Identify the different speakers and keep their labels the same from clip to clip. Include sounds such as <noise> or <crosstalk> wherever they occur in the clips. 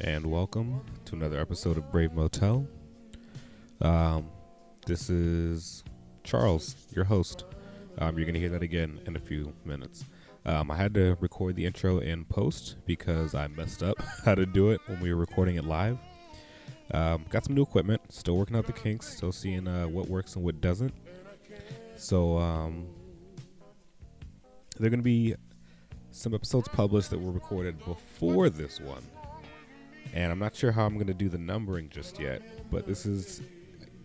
Speaker 1: and welcome to another episode of Brave Motel. Um, this is Charles, your host. Um, you're going to hear that again in a few minutes. Um, I had to record the intro in post because I messed up <laughs> how to do it when we were recording it live. Um, got some new equipment, still working out the kinks, still seeing uh, what works and what doesn't. So, um, there are going to be some episodes published that were recorded before this one. And I'm not sure how I'm going to do the numbering just yet, but this is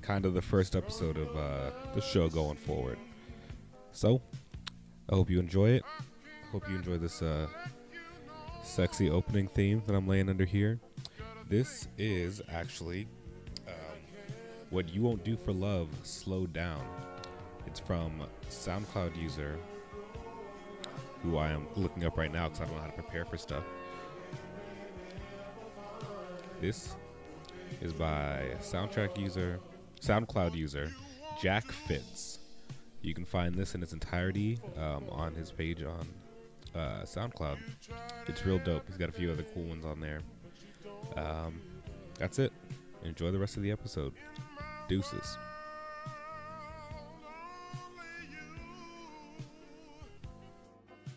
Speaker 1: kind of the first episode of uh, the show going forward. So, I hope you enjoy it. Hope you enjoy this uh, sexy opening theme that I'm laying under here. This is actually um, What You Won't Do for Love, Slow Down. It's from SoundCloud user who I am looking up right now because I don't know how to prepare for stuff. This is by soundtrack user, SoundCloud user, Jack Fitz. You can find this in its entirety um, on his page on uh, SoundCloud. It's real dope. He's got a few other cool ones on there. Um, that's it. Enjoy the rest of the episode. Deuces.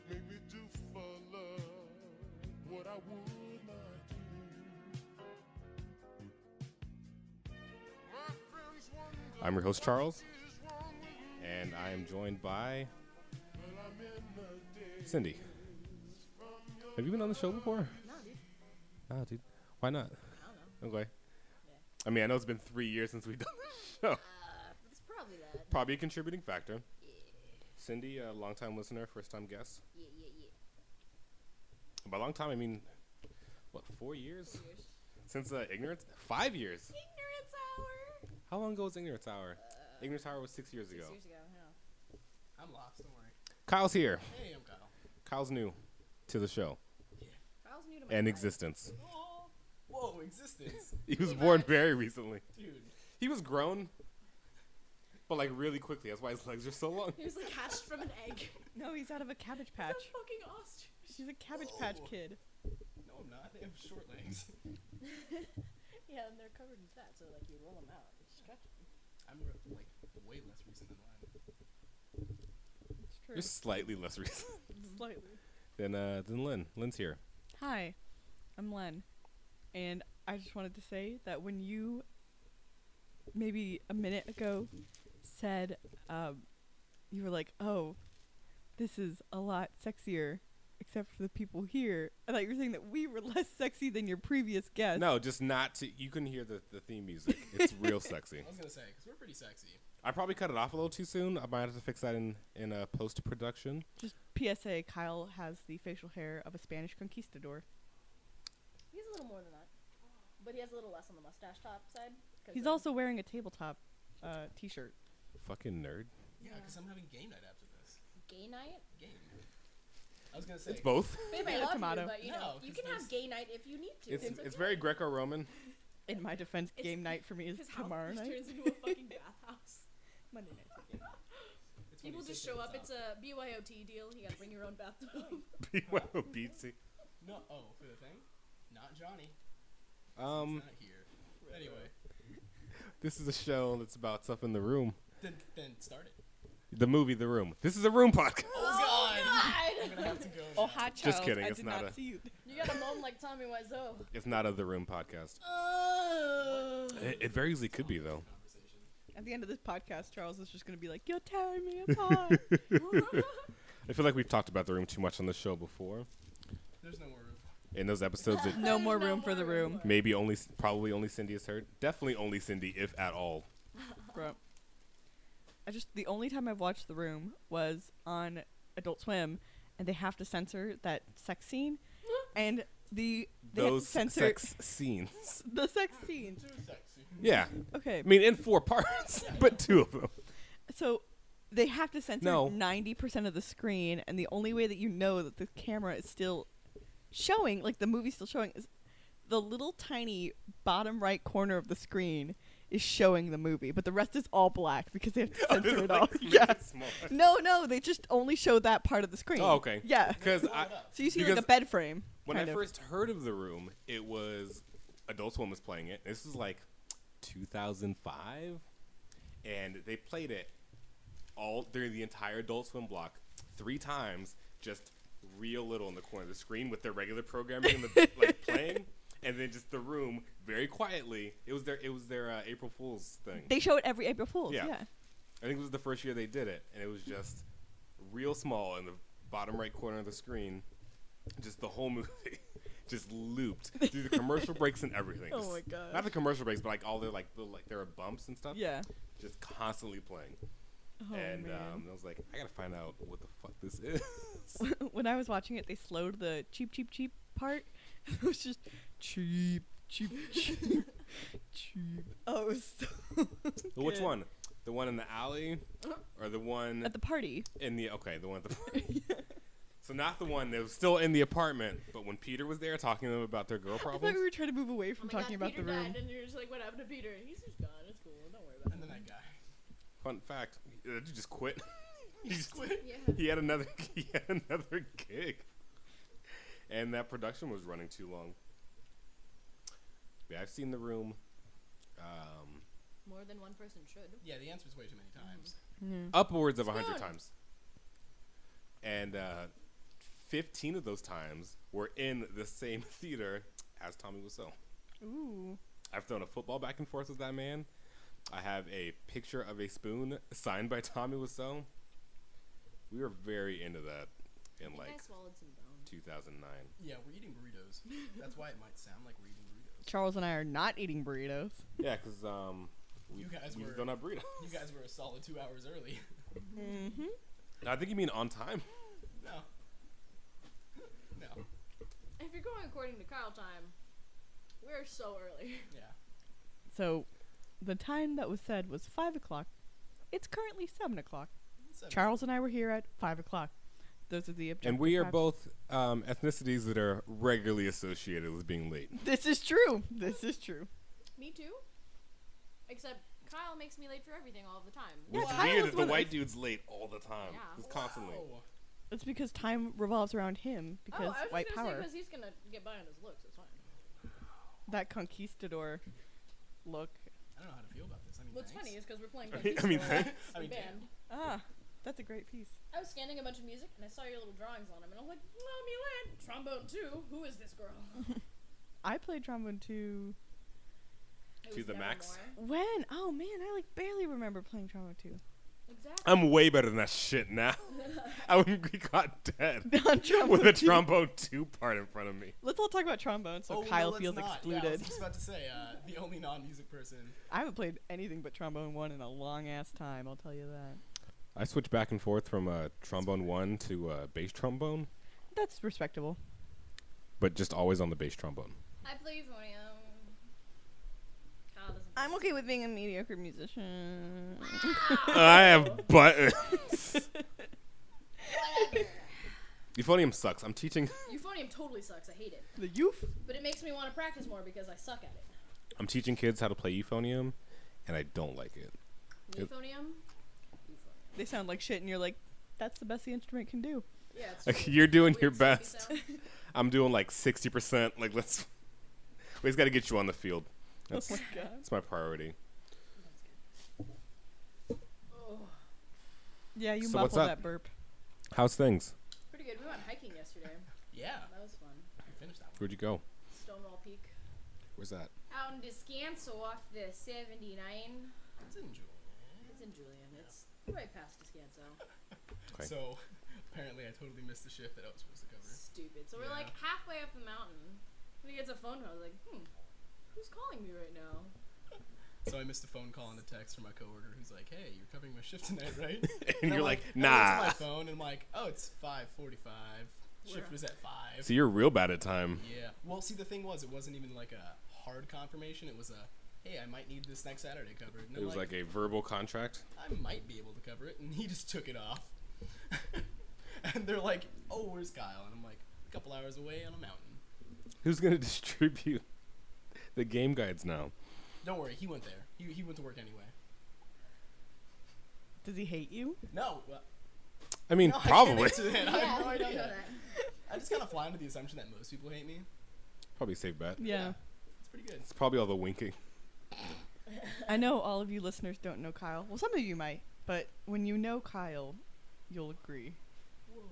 Speaker 2: Make me do for love what I would not do. My friends wonder
Speaker 1: I'm your host, Charles,
Speaker 2: is wrong with you,
Speaker 1: and I am joined by
Speaker 2: but I'm in the days
Speaker 1: Cindy.
Speaker 2: from your
Speaker 1: Have you been on the show before?
Speaker 3: No, dude.
Speaker 1: Ah, dude. Why not?
Speaker 3: I don't know.
Speaker 1: Okay. I mean, I know it's been three years since we've done
Speaker 3: <laughs>
Speaker 1: the show.
Speaker 3: Uh, it's probably that.
Speaker 1: Probably a contributing factor. Cindy, a longtime listener, first time guest.
Speaker 3: Yeah, yeah, yeah.
Speaker 1: By long time, I mean, what, four years?
Speaker 3: Years.
Speaker 1: Since uh, Ignorance? Five years.
Speaker 3: Ignorance hour.
Speaker 1: How long ago was Ignorance Hour? Ignorance Hour was six years
Speaker 3: Uh, Six
Speaker 1: ago.
Speaker 3: years ago. Yeah.
Speaker 4: I'm lost. Don't worry.
Speaker 1: Kyle's here.
Speaker 4: Hey, I'm Kyle.
Speaker 1: Kyle's new to the show
Speaker 3: Kyle's new to my
Speaker 1: and
Speaker 3: life.
Speaker 1: existence.
Speaker 4: Oh, whoa, existence, <laughs>
Speaker 1: He was born very recently.
Speaker 4: dude.
Speaker 1: He was grown, but like really quickly. That's why his legs are so long.
Speaker 3: <laughs> He was like hatched from an egg. <laughs>
Speaker 5: No, he's out of a cabbage patch. <laughs>
Speaker 3: fucking ostrich.
Speaker 5: He's a cabbage patch
Speaker 4: Whoa.
Speaker 5: kid.
Speaker 4: No, I'm not. I have short
Speaker 2: <laughs>
Speaker 4: legs.
Speaker 3: Yeah, and they're covered in fat, so like you roll them out. It's stretchy.
Speaker 4: I'm re- like way less recent than mine.
Speaker 5: It's true.
Speaker 1: You're slightly less recent
Speaker 5: Slightly.
Speaker 1: than uh, than Lynn. Lynn's here.
Speaker 5: Hi, I'm Len, and I just wanted to say that when you maybe a minute ago said um, you were like, "Oh, this is a lot sexier," except for the people here. I thought you were saying that we were <laughs> less sexy than your previous guest.
Speaker 1: No, just not to. You can hear the, the theme music. It's real sexy.
Speaker 4: I was gonna say because we're pretty sexy.
Speaker 1: I probably cut it off a little too soon. I might have to fix that in in uh, post production.
Speaker 5: Just PSA: Kyle has the facial hair of a Spanish conquistador.
Speaker 3: He has a little more than that, but he has a little less on the mustache top side. 'cause
Speaker 5: He's
Speaker 3: of-
Speaker 5: also wearing a tabletop uh, t-shirt.
Speaker 1: Fucking nerd.
Speaker 4: Yeah, because I'm having game night after this.
Speaker 3: gay night.
Speaker 4: Game. I was gonna say
Speaker 1: It's both.
Speaker 3: Babe,
Speaker 5: Yeah,
Speaker 3: I love
Speaker 5: tomato.
Speaker 3: you, but you
Speaker 4: No,
Speaker 3: know you
Speaker 4: 'cause
Speaker 3: can
Speaker 4: there's-
Speaker 3: have gay night if you need to.
Speaker 1: It's it's
Speaker 3: okay.
Speaker 1: very Greco-Roman. <laughs>
Speaker 5: In my defense,
Speaker 3: It's-
Speaker 5: game night for me is
Speaker 3: His house
Speaker 5: tomorrow
Speaker 3: just
Speaker 5: night.
Speaker 3: turns into a fucking bathhouse.
Speaker 5: Monday night.
Speaker 4: it's when
Speaker 3: People
Speaker 4: you
Speaker 3: just
Speaker 4: sit at
Speaker 3: show
Speaker 4: the
Speaker 3: up.
Speaker 4: top.
Speaker 3: It's a BYOT deal. You gotta bring your own bathtub.
Speaker 1: BYOBC.
Speaker 4: no. Oh, for the thing. Not Johnny.
Speaker 1: Um,
Speaker 4: He's not here. Anyway,
Speaker 1: this is a show that's about stuff in the room.
Speaker 4: then then start it.
Speaker 1: The movie The Room. This is a room podcast.
Speaker 4: Oh, God.
Speaker 3: <laughs> God.
Speaker 4: I'm gonna have to go.
Speaker 5: Oh,
Speaker 4: now.
Speaker 5: hi, Charles.
Speaker 1: Just kidding,
Speaker 5: I
Speaker 1: it's
Speaker 5: did
Speaker 1: not
Speaker 5: not,
Speaker 1: a-
Speaker 5: see you.
Speaker 3: You gotta moan like Tommy Wiseau.
Speaker 1: <laughs> It's not a The Room podcast.
Speaker 3: Oh.
Speaker 1: It, it very easily could be though.
Speaker 4: Conversation.
Speaker 5: At the end of this podcast, Charles is just going to be like, "You're tearing me apart."
Speaker 1: I feel like we've talked about The Room too much on the show before.
Speaker 4: There's no more room.
Speaker 1: In those episodes, it
Speaker 5: <laughs> no more room for the room.
Speaker 1: maybe only, probably only Cindy has heard. Definitely only Cindy, if at all.
Speaker 5: Bro. I just the only time I've watched The Room was on Adult Swim, and they have to censor that sex <gasps> scene, and the they had to
Speaker 1: Those
Speaker 5: censor
Speaker 1: sex scenes.
Speaker 5: <laughs> the sex scene.
Speaker 4: Too sexy.
Speaker 1: Yeah,
Speaker 5: Okay,
Speaker 1: I mean in four <laughs> parts, but two of them.
Speaker 5: So they have to censor
Speaker 1: No.
Speaker 5: ninety percent of the screen, and the only way that you know that the camera is still showing, like the movie's still showing, is the little tiny bottom right corner of the screen is showing the movie, but the rest is all black because they
Speaker 1: <laughs>
Speaker 5: have to
Speaker 1: Oh, this
Speaker 5: censor
Speaker 1: is
Speaker 5: it
Speaker 1: like
Speaker 5: all.
Speaker 1: really
Speaker 5: <laughs> Yeah.
Speaker 1: small.
Speaker 5: No, no, they just only show that part of the screen.
Speaker 1: Oh, okay.
Speaker 5: Yeah.
Speaker 1: Because I,
Speaker 5: So you see like
Speaker 1: Because
Speaker 5: a bed frame.
Speaker 1: when
Speaker 5: kind
Speaker 1: I
Speaker 5: of.
Speaker 1: first heard of the room, it was Adult Swim was playing it. This was like 2005, and they played it all during the entire Adult Swim block three times, just real little in the corner of the screen with their regular programming and
Speaker 5: <laughs>
Speaker 1: the, like playing, and then just the room very quietly. It was their it was their uh, April Fools thing.
Speaker 5: they show it every April Fools.
Speaker 1: Yeah.
Speaker 5: Yeah.
Speaker 1: I think it was the first year they did it, and it was just real small in the bottom right corner of the screen. Just the whole movie <laughs> just looped through the commercial
Speaker 5: <laughs>
Speaker 1: breaks and everything.
Speaker 5: Oh
Speaker 1: Just-
Speaker 5: my gosh.
Speaker 1: Not the commercial breaks, but like all their like the, like there are bumps and stuff.
Speaker 5: Yeah.
Speaker 1: Just constantly playing,
Speaker 5: Oh,
Speaker 1: and
Speaker 5: man.
Speaker 1: um, I was like, I gotta find out what the fuck this
Speaker 5: <laughs>
Speaker 1: is.
Speaker 5: when I was watching it, they slowed the cheap, cheap, cheap part. <laughs> it was just cheap, cheap,
Speaker 3: <laughs>
Speaker 5: cheap, cheap. Oh, it was so
Speaker 1: Well, Which
Speaker 5: good.
Speaker 1: one? The one in the alley, or the one
Speaker 5: At
Speaker 3: <laughs>
Speaker 5: the party.
Speaker 1: in the okay, the one at the <laughs>
Speaker 5: <laughs>
Speaker 1: party. So not the one that was still in the apartment, but when Peter was there talking to them about their
Speaker 5: <laughs>
Speaker 1: girl
Speaker 5: I
Speaker 1: problems.
Speaker 5: thought we were trying to move away from
Speaker 3: oh my
Speaker 5: talking
Speaker 3: God,
Speaker 5: about
Speaker 3: Peter
Speaker 5: the room.
Speaker 3: died, and you're just like, what happened to Peter? And he's just gone. It's cool. Don't worry about
Speaker 4: And
Speaker 3: it.
Speaker 4: then that guy. <laughs>
Speaker 1: Fun fact: uh, You just quit. <laughs> he just
Speaker 4: quit.
Speaker 3: Yeah.
Speaker 1: He had another. <laughs> He had another gig, and that production was running too long. Yeah, I've seen the room. Um,
Speaker 3: More than one person should.
Speaker 4: Yeah, the answer's way too many times.
Speaker 3: Mm-hmm.
Speaker 1: upwards of a hundred
Speaker 3: Spoon.
Speaker 1: times, and uh, fifteen of those times were in the same <laughs> theater as Tommy Wiseau.
Speaker 5: Ooh.
Speaker 1: I've thrown a football back and forth with that man. I have a picture of a spoon <laughs> signed by Tommy Wiseau. We were very into that in
Speaker 3: I
Speaker 1: like
Speaker 3: think I swallowed some bones.
Speaker 1: 2009.
Speaker 4: Yeah, we're eating burritos.
Speaker 3: <laughs>
Speaker 4: That's why it might sound like we're eating burritos.
Speaker 5: Charles and I are not eating burritos.
Speaker 1: Yeah, because um, we,
Speaker 4: You guys
Speaker 1: we just
Speaker 4: were-
Speaker 1: don't have burritos.
Speaker 4: You guys were a solid two hours early. <laughs>
Speaker 5: Mm-hmm.
Speaker 1: I think you mean on time.
Speaker 4: no. No.
Speaker 3: If you're going according to Kyle time, we're so early.
Speaker 4: Yeah.
Speaker 5: So, the time that was said was five o'clock. It's currently seven o'clock.
Speaker 4: Seven.
Speaker 5: Charles and I were here at five o'clock. Those are the objective
Speaker 1: And we are
Speaker 5: facts.
Speaker 1: both um, ethnicities that are regularly associated with being late.
Speaker 5: This is true.
Speaker 3: <laughs>
Speaker 5: This is true.
Speaker 3: <laughs> Me too. Except Kyle makes me late for everything all the time.
Speaker 5: Yeah,
Speaker 1: It's
Speaker 5: Kyle
Speaker 1: weird
Speaker 5: was
Speaker 1: that the
Speaker 5: one of
Speaker 1: white
Speaker 5: us.
Speaker 1: dude's late all the time.
Speaker 3: Yeah.
Speaker 1: Just constantly.
Speaker 4: Wow.
Speaker 5: It's because time revolves around him because
Speaker 3: oh, I was
Speaker 5: white
Speaker 3: just gonna
Speaker 5: power.
Speaker 3: because he's gonna get by on his looks. It's fine.
Speaker 5: that conquistador look.
Speaker 4: I don't know how to feel about this. I mean,
Speaker 3: What's
Speaker 4: thanks.
Speaker 3: funny is because we're playing.
Speaker 1: <laughs> I mean- I mean,
Speaker 3: Conquistador,
Speaker 1: thanks.
Speaker 4: I mean,
Speaker 3: the
Speaker 4: damn.
Speaker 3: band.
Speaker 5: Ah, that's a great piece.
Speaker 3: I was scanning a bunch of music and I saw your little drawings on him, and I'm like, Mommy Land, trombone too. Who is this girl?
Speaker 5: I played trombone too.
Speaker 1: <laughs>
Speaker 3: It
Speaker 1: To
Speaker 3: was
Speaker 1: the
Speaker 3: Deborah
Speaker 1: max.
Speaker 3: Moore.
Speaker 5: When? Oh man, I like barely remember playing trombone <laughs> too.
Speaker 3: Exactly.
Speaker 1: I'm way better than that shit now. <laughs> I would be caught dead
Speaker 5: On trombone
Speaker 1: with a
Speaker 5: two.
Speaker 1: trombone two part in front of me.
Speaker 5: Let's all talk about trombone so
Speaker 4: Oh, no,
Speaker 5: Kyle
Speaker 4: let's
Speaker 5: feels
Speaker 4: not. Yeah, I was
Speaker 5: excluded.
Speaker 4: just about to say, uh, the only non-music person.
Speaker 5: I haven't played anything but trombone one in a long ass time. I'll tell you that.
Speaker 1: I switched back and forth from uh, trombone one to uh, bass trombone,
Speaker 5: That's respectable.
Speaker 1: but just always on the bass trombone.
Speaker 3: <laughs> I play euphonium. Kyle doesn't. play.
Speaker 5: I'm okay with being a mediocre <laughs> musician.
Speaker 1: I have <laughs> buttons.
Speaker 3: Whatever.
Speaker 1: Euphonium sucks. I'm teaching.
Speaker 3: euphonium totally sucks. I hate it,
Speaker 5: the youth.
Speaker 3: but it makes me want to practice more because I suck at it.
Speaker 1: I'm teaching kids how to play euphonium, and I don't like <laughs> it. Yep.
Speaker 3: Euphonium.
Speaker 5: They sound like shit, and you're like, that's the best the instrument can do.
Speaker 3: Yeah, it's
Speaker 1: Like,
Speaker 3: true.
Speaker 1: you're doing your
Speaker 3: Weird squeaky
Speaker 1: best.
Speaker 3: sound. <laughs>
Speaker 1: I'm doing like 60%. Like, let's. <laughs> We just got to get you on the field. That's, <laughs>
Speaker 5: <laughs> oh my god.
Speaker 1: that's my priority.
Speaker 3: Oh,
Speaker 5: Yeah, you
Speaker 1: So what's
Speaker 5: muffled
Speaker 1: up?
Speaker 5: that burp.
Speaker 1: How's things?
Speaker 3: pretty good. We went hiking yesterday.
Speaker 4: Yeah.
Speaker 3: That was fun.
Speaker 4: We finished that one.
Speaker 1: Where'd you go?
Speaker 3: Stonewall Peak.
Speaker 1: Where's that?
Speaker 3: Out in Descanso off the 79.
Speaker 4: It's enjoyable.
Speaker 3: It's in Julian. It's right past Descanso.
Speaker 1: Okay.
Speaker 4: So, <laughs> apparently I totally missed the shift that I was supposed to cover.
Speaker 3: Stupid. So we're
Speaker 4: Yeah.
Speaker 3: like halfway up the mountain. And he gets a phone call. I was like, hmm, who's calling me right now?
Speaker 4: So I missed a phone call and a text from my coworker who's like, "Hey, you're covering my shift tonight, right?" and,
Speaker 1: <laughs> And
Speaker 4: I'm
Speaker 1: you're like,
Speaker 4: "Oh, it's
Speaker 1: nah.
Speaker 4: my phone. And I'm like, "Oh, it's 5:45. Shift
Speaker 3: We're-
Speaker 4: was at 5."
Speaker 1: So you're real bad at time.
Speaker 4: Yeah. Well, see, the thing was, it wasn't even like a hard confirmation. It was a, "Hey, I might need this next Saturday covered." And
Speaker 1: It
Speaker 4: I'm
Speaker 1: was like a verbal contract.
Speaker 4: I might be able to cover it, and he just took it off. <laughs> and they're like, "Oh, where's Kyle?" And I'm like, "A couple hours away on a mountain."
Speaker 1: <laughs> Who's going to distribute the game guides now?
Speaker 4: Don't worry, he went there. He, he went to work anyway.
Speaker 5: Does he hate you?
Speaker 4: No, well,
Speaker 1: I mean,
Speaker 4: no,
Speaker 1: probably.
Speaker 4: I, can't answer that. I have no
Speaker 3: you know
Speaker 4: idea.
Speaker 3: that.
Speaker 4: I just kind of fly under the assumption that most people hate me.
Speaker 1: <laughs> Probably a safe bet.
Speaker 5: Yeah.
Speaker 4: It's pretty good.
Speaker 1: It's probably all the winking.
Speaker 5: I know all of you listeners don't know Kyle. Well, some of you might, but when you know Kyle, you'll agree.
Speaker 4: Whoa,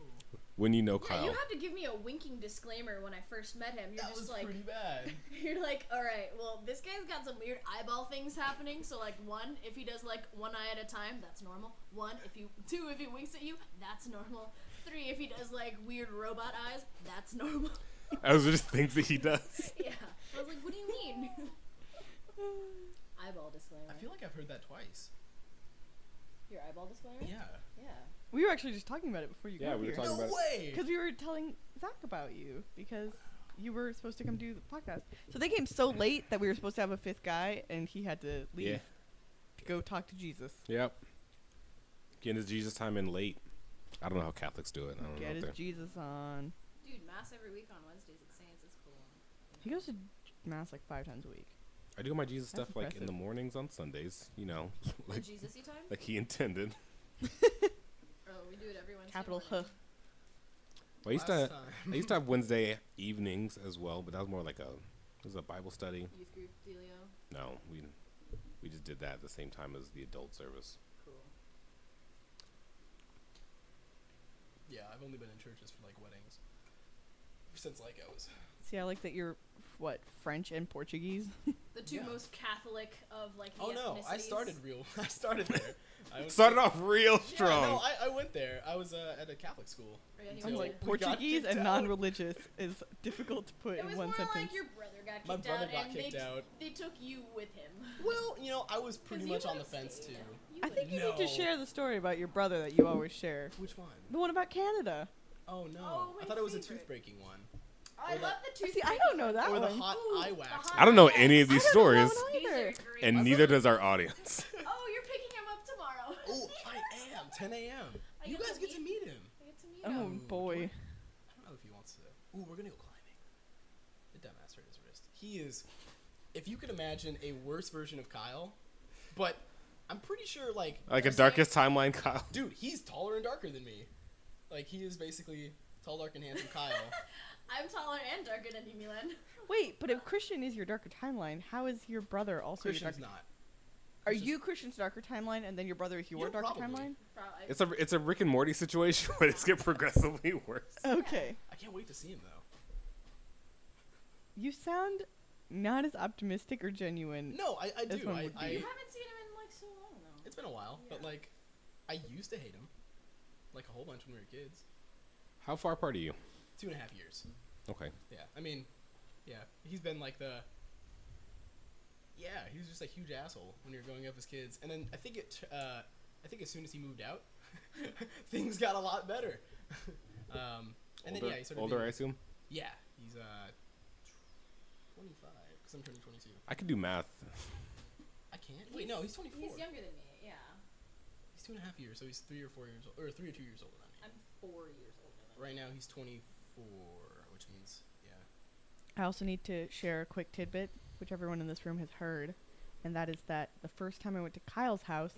Speaker 1: When you know
Speaker 3: Yeah, you
Speaker 1: Kyle,
Speaker 3: have to give me a winking disclaimer when I first met him. You're
Speaker 4: that was
Speaker 3: just like,
Speaker 4: pretty bad.
Speaker 3: <laughs> you're like, all right, well, this guy's got some weird eyeball things happening. So like, one, if he does like one eye at a time, that's normal. One, if you two, if he winks at you, that's normal. Three, if he does like weird robot eyes, that's normal. <laughs>
Speaker 1: <laughs> those are just things that he does. <laughs>
Speaker 3: yeah, I was like, what do you mean? <laughs> eyeball disclaimer.
Speaker 4: I feel like I've heard that twice.
Speaker 3: Your eyeball disclaimer.
Speaker 4: Yeah.
Speaker 3: Yeah.
Speaker 5: We were actually just talking about it before you
Speaker 1: Yeah,
Speaker 5: got
Speaker 1: we were
Speaker 5: here.
Speaker 1: talking
Speaker 4: No
Speaker 1: about-
Speaker 4: way.
Speaker 5: Because we were telling Zach about you because you were supposed to come do the podcast. So they came so late that we were supposed to have a fifth guy and he had to leave
Speaker 1: Yeah.
Speaker 5: to go talk to Jesus.
Speaker 1: Yep. Getting his Jesus time in late. I don't know how Catholics do it. I don't
Speaker 5: Get
Speaker 1: know.
Speaker 5: his
Speaker 1: what they-
Speaker 5: Jesus on.
Speaker 3: Dude, mass every week on Wednesdays at Saints is cool.
Speaker 5: He goes to mass like five times a week.
Speaker 1: I do my Jesus
Speaker 5: That's
Speaker 1: stuff like in the
Speaker 5: impressive.
Speaker 1: mornings on Sundays. You know, <laughs>
Speaker 3: The
Speaker 1: like
Speaker 3: Jesusy time.
Speaker 1: like he intended.
Speaker 3: Oh, we do it every Wednesday.
Speaker 5: Capital H.
Speaker 3: morning.
Speaker 1: Well, I used
Speaker 4: Last
Speaker 1: to
Speaker 4: time.
Speaker 1: I used to have Wednesday evenings as well, but that was more like a it was a Bible study.
Speaker 3: Youth group dealio.
Speaker 1: No, we we just did that at the same time as the adult service.
Speaker 3: Cool.
Speaker 4: Yeah, I've only been in churches for like weddings since like I was.
Speaker 5: See, I like that you're what French and Portuguese.
Speaker 3: The two
Speaker 4: Yeah.
Speaker 3: most Catholic of like. The
Speaker 4: Oh no, I
Speaker 3: ethnicities.
Speaker 4: started real. <laughs> I started there. I was,
Speaker 1: Started off real
Speaker 4: Yeah,
Speaker 1: strong.
Speaker 4: no, I, I went there. I was uh, at a Catholic school.
Speaker 3: Right, and he
Speaker 4: So
Speaker 5: I'm
Speaker 3: was
Speaker 5: like
Speaker 4: we got
Speaker 5: Portuguese
Speaker 4: kicked
Speaker 5: and
Speaker 4: out.
Speaker 5: non-religious is difficult to put
Speaker 3: It
Speaker 5: in
Speaker 3: was
Speaker 5: one
Speaker 3: more
Speaker 5: sentence.
Speaker 3: like your brother got kicked
Speaker 4: My brother
Speaker 3: out,
Speaker 4: got
Speaker 3: and
Speaker 4: kicked
Speaker 3: they, <laughs>
Speaker 4: out.
Speaker 3: they took you with him.
Speaker 4: Well, you know, I was
Speaker 3: 'Cause
Speaker 4: pretty
Speaker 3: you
Speaker 4: much on the
Speaker 3: would've
Speaker 4: fence too.
Speaker 3: stayed. You
Speaker 5: I think you need
Speaker 4: No.
Speaker 5: to share the story about your brother that you always share.
Speaker 4: Which one?
Speaker 5: The one about Canada.
Speaker 4: Oh no,
Speaker 3: Oh,
Speaker 4: I
Speaker 3: my
Speaker 4: thought it was
Speaker 3: favorite.
Speaker 4: a toothbreaking one.
Speaker 3: would've- I
Speaker 4: Or the-
Speaker 3: love the two.
Speaker 5: See, I don't know that
Speaker 4: or
Speaker 5: one.
Speaker 4: the hot
Speaker 3: Ooh,
Speaker 4: eye
Speaker 3: the
Speaker 4: wax.
Speaker 3: hot-
Speaker 1: I don't know any of
Speaker 3: I
Speaker 1: these
Speaker 5: I don't know
Speaker 1: stories,
Speaker 5: it
Speaker 3: These
Speaker 5: either.
Speaker 3: are great.
Speaker 1: and neither does our audience. <laughs>
Speaker 3: oh, you're picking him up tomorrow.
Speaker 4: <laughs> Oh,
Speaker 3: <laughs>
Speaker 4: I am. 10 a.m.
Speaker 3: I
Speaker 4: You
Speaker 3: get e
Speaker 4: guys
Speaker 3: to
Speaker 4: get to meet him.
Speaker 3: I get to meet
Speaker 5: Oh
Speaker 3: him.
Speaker 5: boy.
Speaker 4: I don't know if he wants to. Ooh, we're gonna go climbing. The dumbass hurt his wrist. He is, if you could imagine a worse version of Kyle, but I'm pretty sure like
Speaker 1: Like a
Speaker 4: there's
Speaker 1: darkest timeline, Kyle.
Speaker 4: dude, he's taller and darker than me. Like he is basically tall, dark, and handsome
Speaker 5: <laughs>
Speaker 4: Kyle.
Speaker 3: I'm taller and darker than you, Milan.
Speaker 5: Wait, but if Christian is your darker timeline, how is your brother also
Speaker 4: Christian's
Speaker 5: your darker?
Speaker 4: not.
Speaker 5: Are
Speaker 4: Christian's-
Speaker 5: you Christian's darker timeline, and then your brother is your
Speaker 4: Yeah,
Speaker 5: darker
Speaker 4: probably.
Speaker 5: timeline?
Speaker 3: Probably.
Speaker 1: It's a it's a Rick and Morty situation <laughs> where it's get progressively worse.
Speaker 5: Okay.
Speaker 4: I can't wait to see him though.
Speaker 5: You sound not as optimistic or genuine.
Speaker 4: No, I, I
Speaker 5: This
Speaker 4: do.
Speaker 5: one
Speaker 4: I,
Speaker 5: would
Speaker 3: you
Speaker 4: I
Speaker 5: be-
Speaker 3: haven't seen him in like so long though.
Speaker 4: it's been a while, but
Speaker 3: Yeah.
Speaker 4: like I used to hate him, like a whole bunch when we were kids.
Speaker 1: How far apart are you?
Speaker 4: Two and a half years.
Speaker 1: Okay.
Speaker 4: Yeah, I mean, yeah, he's been like the. Yeah, he was just a huge asshole when you were growing up as kids, and then I think it. Uh, I think as soon as he moved out, <laughs> things got a lot better. <laughs> um, and
Speaker 1: older,
Speaker 4: then yeah, he started
Speaker 1: older I
Speaker 4: being-
Speaker 1: assume.
Speaker 4: yeah, he's uh, twenty five. Cause I'm turning twenty two.
Speaker 1: I could do math.
Speaker 4: I can't. Wait, no, he's twenty four.
Speaker 3: He's younger than me. Yeah,
Speaker 4: He's two and a half years, so he's three or four years old, or three or two years older than
Speaker 3: I'm four years older
Speaker 4: me.
Speaker 3: than.
Speaker 4: Right now he's twenty four, which means yeah.
Speaker 5: I also need to share a quick tidbit, which everyone in this room has heard, and that is that the first time I went to Kyle's house,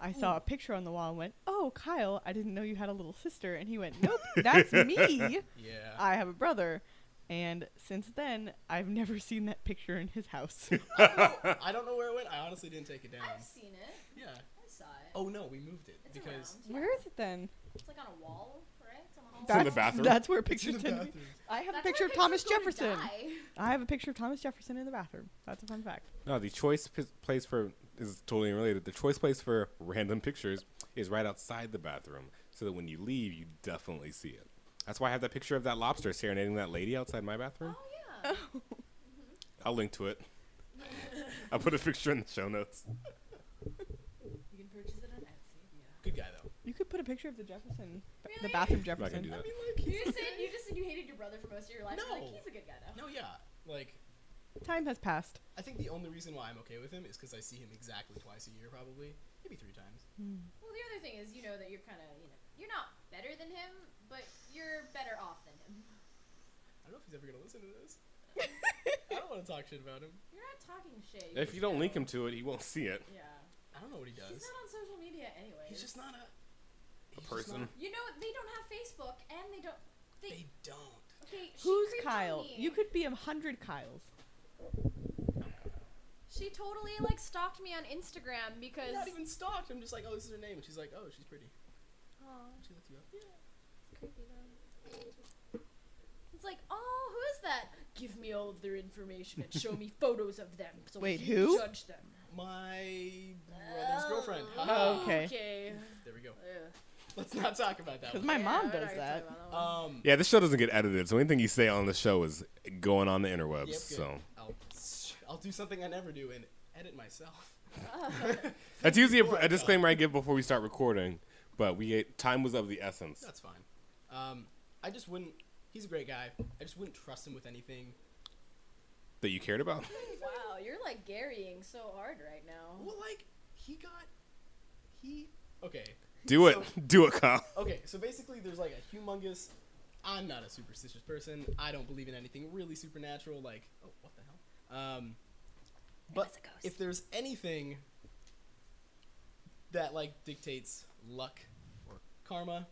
Speaker 5: I saw a picture on the wall and went, "Oh, Kyle, I didn't know you had a little sister." And he went, "Nope,
Speaker 3: <laughs>
Speaker 5: that's me.
Speaker 4: Yeah.
Speaker 5: I have a brother." And since then, I've never seen that picture in
Speaker 3: <laughs>
Speaker 5: his house.
Speaker 4: I don't know where it went. I honestly didn't take it down.
Speaker 3: I've seen it.
Speaker 4: Yeah.
Speaker 3: I saw it.
Speaker 4: Oh no, we moved it
Speaker 3: It's
Speaker 4: because
Speaker 3: around.
Speaker 5: Where is it then?
Speaker 3: It's like on a wall, right? It's on a wall.
Speaker 1: It's in the bathroom.
Speaker 5: That's where
Speaker 4: It's in the
Speaker 5: pictures tend to be.
Speaker 4: bathroom.
Speaker 5: I have
Speaker 3: That's where
Speaker 5: a picture of
Speaker 3: pictures
Speaker 5: Thomas
Speaker 3: go to
Speaker 5: Jefferson.
Speaker 3: die.
Speaker 5: I have a picture of Thomas Jefferson in the bathroom. That's a fun fact.
Speaker 1: No, the choice p- place for is totally unrelated. The choice place for random pictures is right outside the bathroom, so that when you leave, you definitely see it. That's why I have that picture of that lobster serenading that lady outside my bathroom.
Speaker 3: Oh yeah.
Speaker 1: I'll link to it. <laughs> I'll put a picture in the show notes.
Speaker 3: You can purchase it on Etsy. Yeah.
Speaker 4: Good guy though.
Speaker 5: You could put a picture of the Jefferson, the
Speaker 3: Really?
Speaker 5: bathroom
Speaker 1: I'm not gonna do
Speaker 5: Jefferson.
Speaker 1: that.
Speaker 3: You just said you just said you hated your brother for most of your life. You're
Speaker 4: No.
Speaker 3: Like, he's a good guy though.
Speaker 4: No, yeah. Like,
Speaker 5: Time has passed.
Speaker 4: I think the only reason why I'm okay with him is because I see him exactly twice a year, probably, maybe three times.
Speaker 3: Well, the other thing is, you know that you're kind of, you know, you're not better than him, but you're better off than him.
Speaker 4: I don't know if he's ever gonna listen to this. I don't want to talk shit about him.
Speaker 3: You're not talking shit.
Speaker 1: If you don't link him to it, he won't see it.
Speaker 3: Yeah.
Speaker 4: I don't know what he does.
Speaker 3: He's not on social media anyway.
Speaker 4: He's just not
Speaker 1: A
Speaker 4: a he's just
Speaker 1: person.
Speaker 4: not-
Speaker 3: You know they don't have Facebook and they don't.
Speaker 4: they
Speaker 3: They,
Speaker 4: don't.
Speaker 3: okay. she
Speaker 5: Who's
Speaker 3: creeped on
Speaker 5: Kyle?
Speaker 3: me.
Speaker 5: You could be a hundred Kyles.
Speaker 3: She totally like stalked me on Instagram because.
Speaker 4: Not even stalked. I'm just like, oh, this is her name, and she's like, oh, she's pretty.
Speaker 3: Aw,
Speaker 4: She looked you up.
Speaker 3: it's creepy though. It's like, oh, who is that? Give me all of their information and show
Speaker 5: <laughs>
Speaker 3: me photos of them so
Speaker 5: Wait,
Speaker 3: I can
Speaker 5: who?
Speaker 3: judge them.
Speaker 4: My brother's girlfriend.
Speaker 3: Oh,
Speaker 4: Haha.
Speaker 5: okay.
Speaker 3: Okay.
Speaker 4: There we go.
Speaker 3: Ugh.
Speaker 4: Let's not talk about that. One.
Speaker 5: Because my
Speaker 3: Yeah,
Speaker 5: mom
Speaker 3: we're not
Speaker 5: does
Speaker 3: gonna
Speaker 5: that.
Speaker 3: talk about that one.
Speaker 4: Um,
Speaker 1: Yeah, this show doesn't get edited, so anything you say on the show is going on the interwebs.
Speaker 4: yep, good.
Speaker 1: so
Speaker 4: I'll, <laughs> I'll do something I never do and edit myself.
Speaker 1: that's usually a,
Speaker 4: Before
Speaker 1: a
Speaker 4: I go.
Speaker 1: disclaimer I give before we start recording. But we time was of the essence.
Speaker 4: That's fine. Um, I just wouldn't. He's a great guy. I just wouldn't trust him with anything.
Speaker 1: that you cared
Speaker 4: <laughs>
Speaker 1: about.
Speaker 3: Wow, you're like Garying so hard right now.
Speaker 4: Well, like he got, he okay,
Speaker 1: Do it, do it, Kyle.
Speaker 4: okay. So basically, there's like a humongous. I'm not a superstitious person. I don't believe in anything really supernatural. Like, oh, what the hell? Um, but
Speaker 3: was a ghost.
Speaker 4: if there's anything that like dictates luck or karma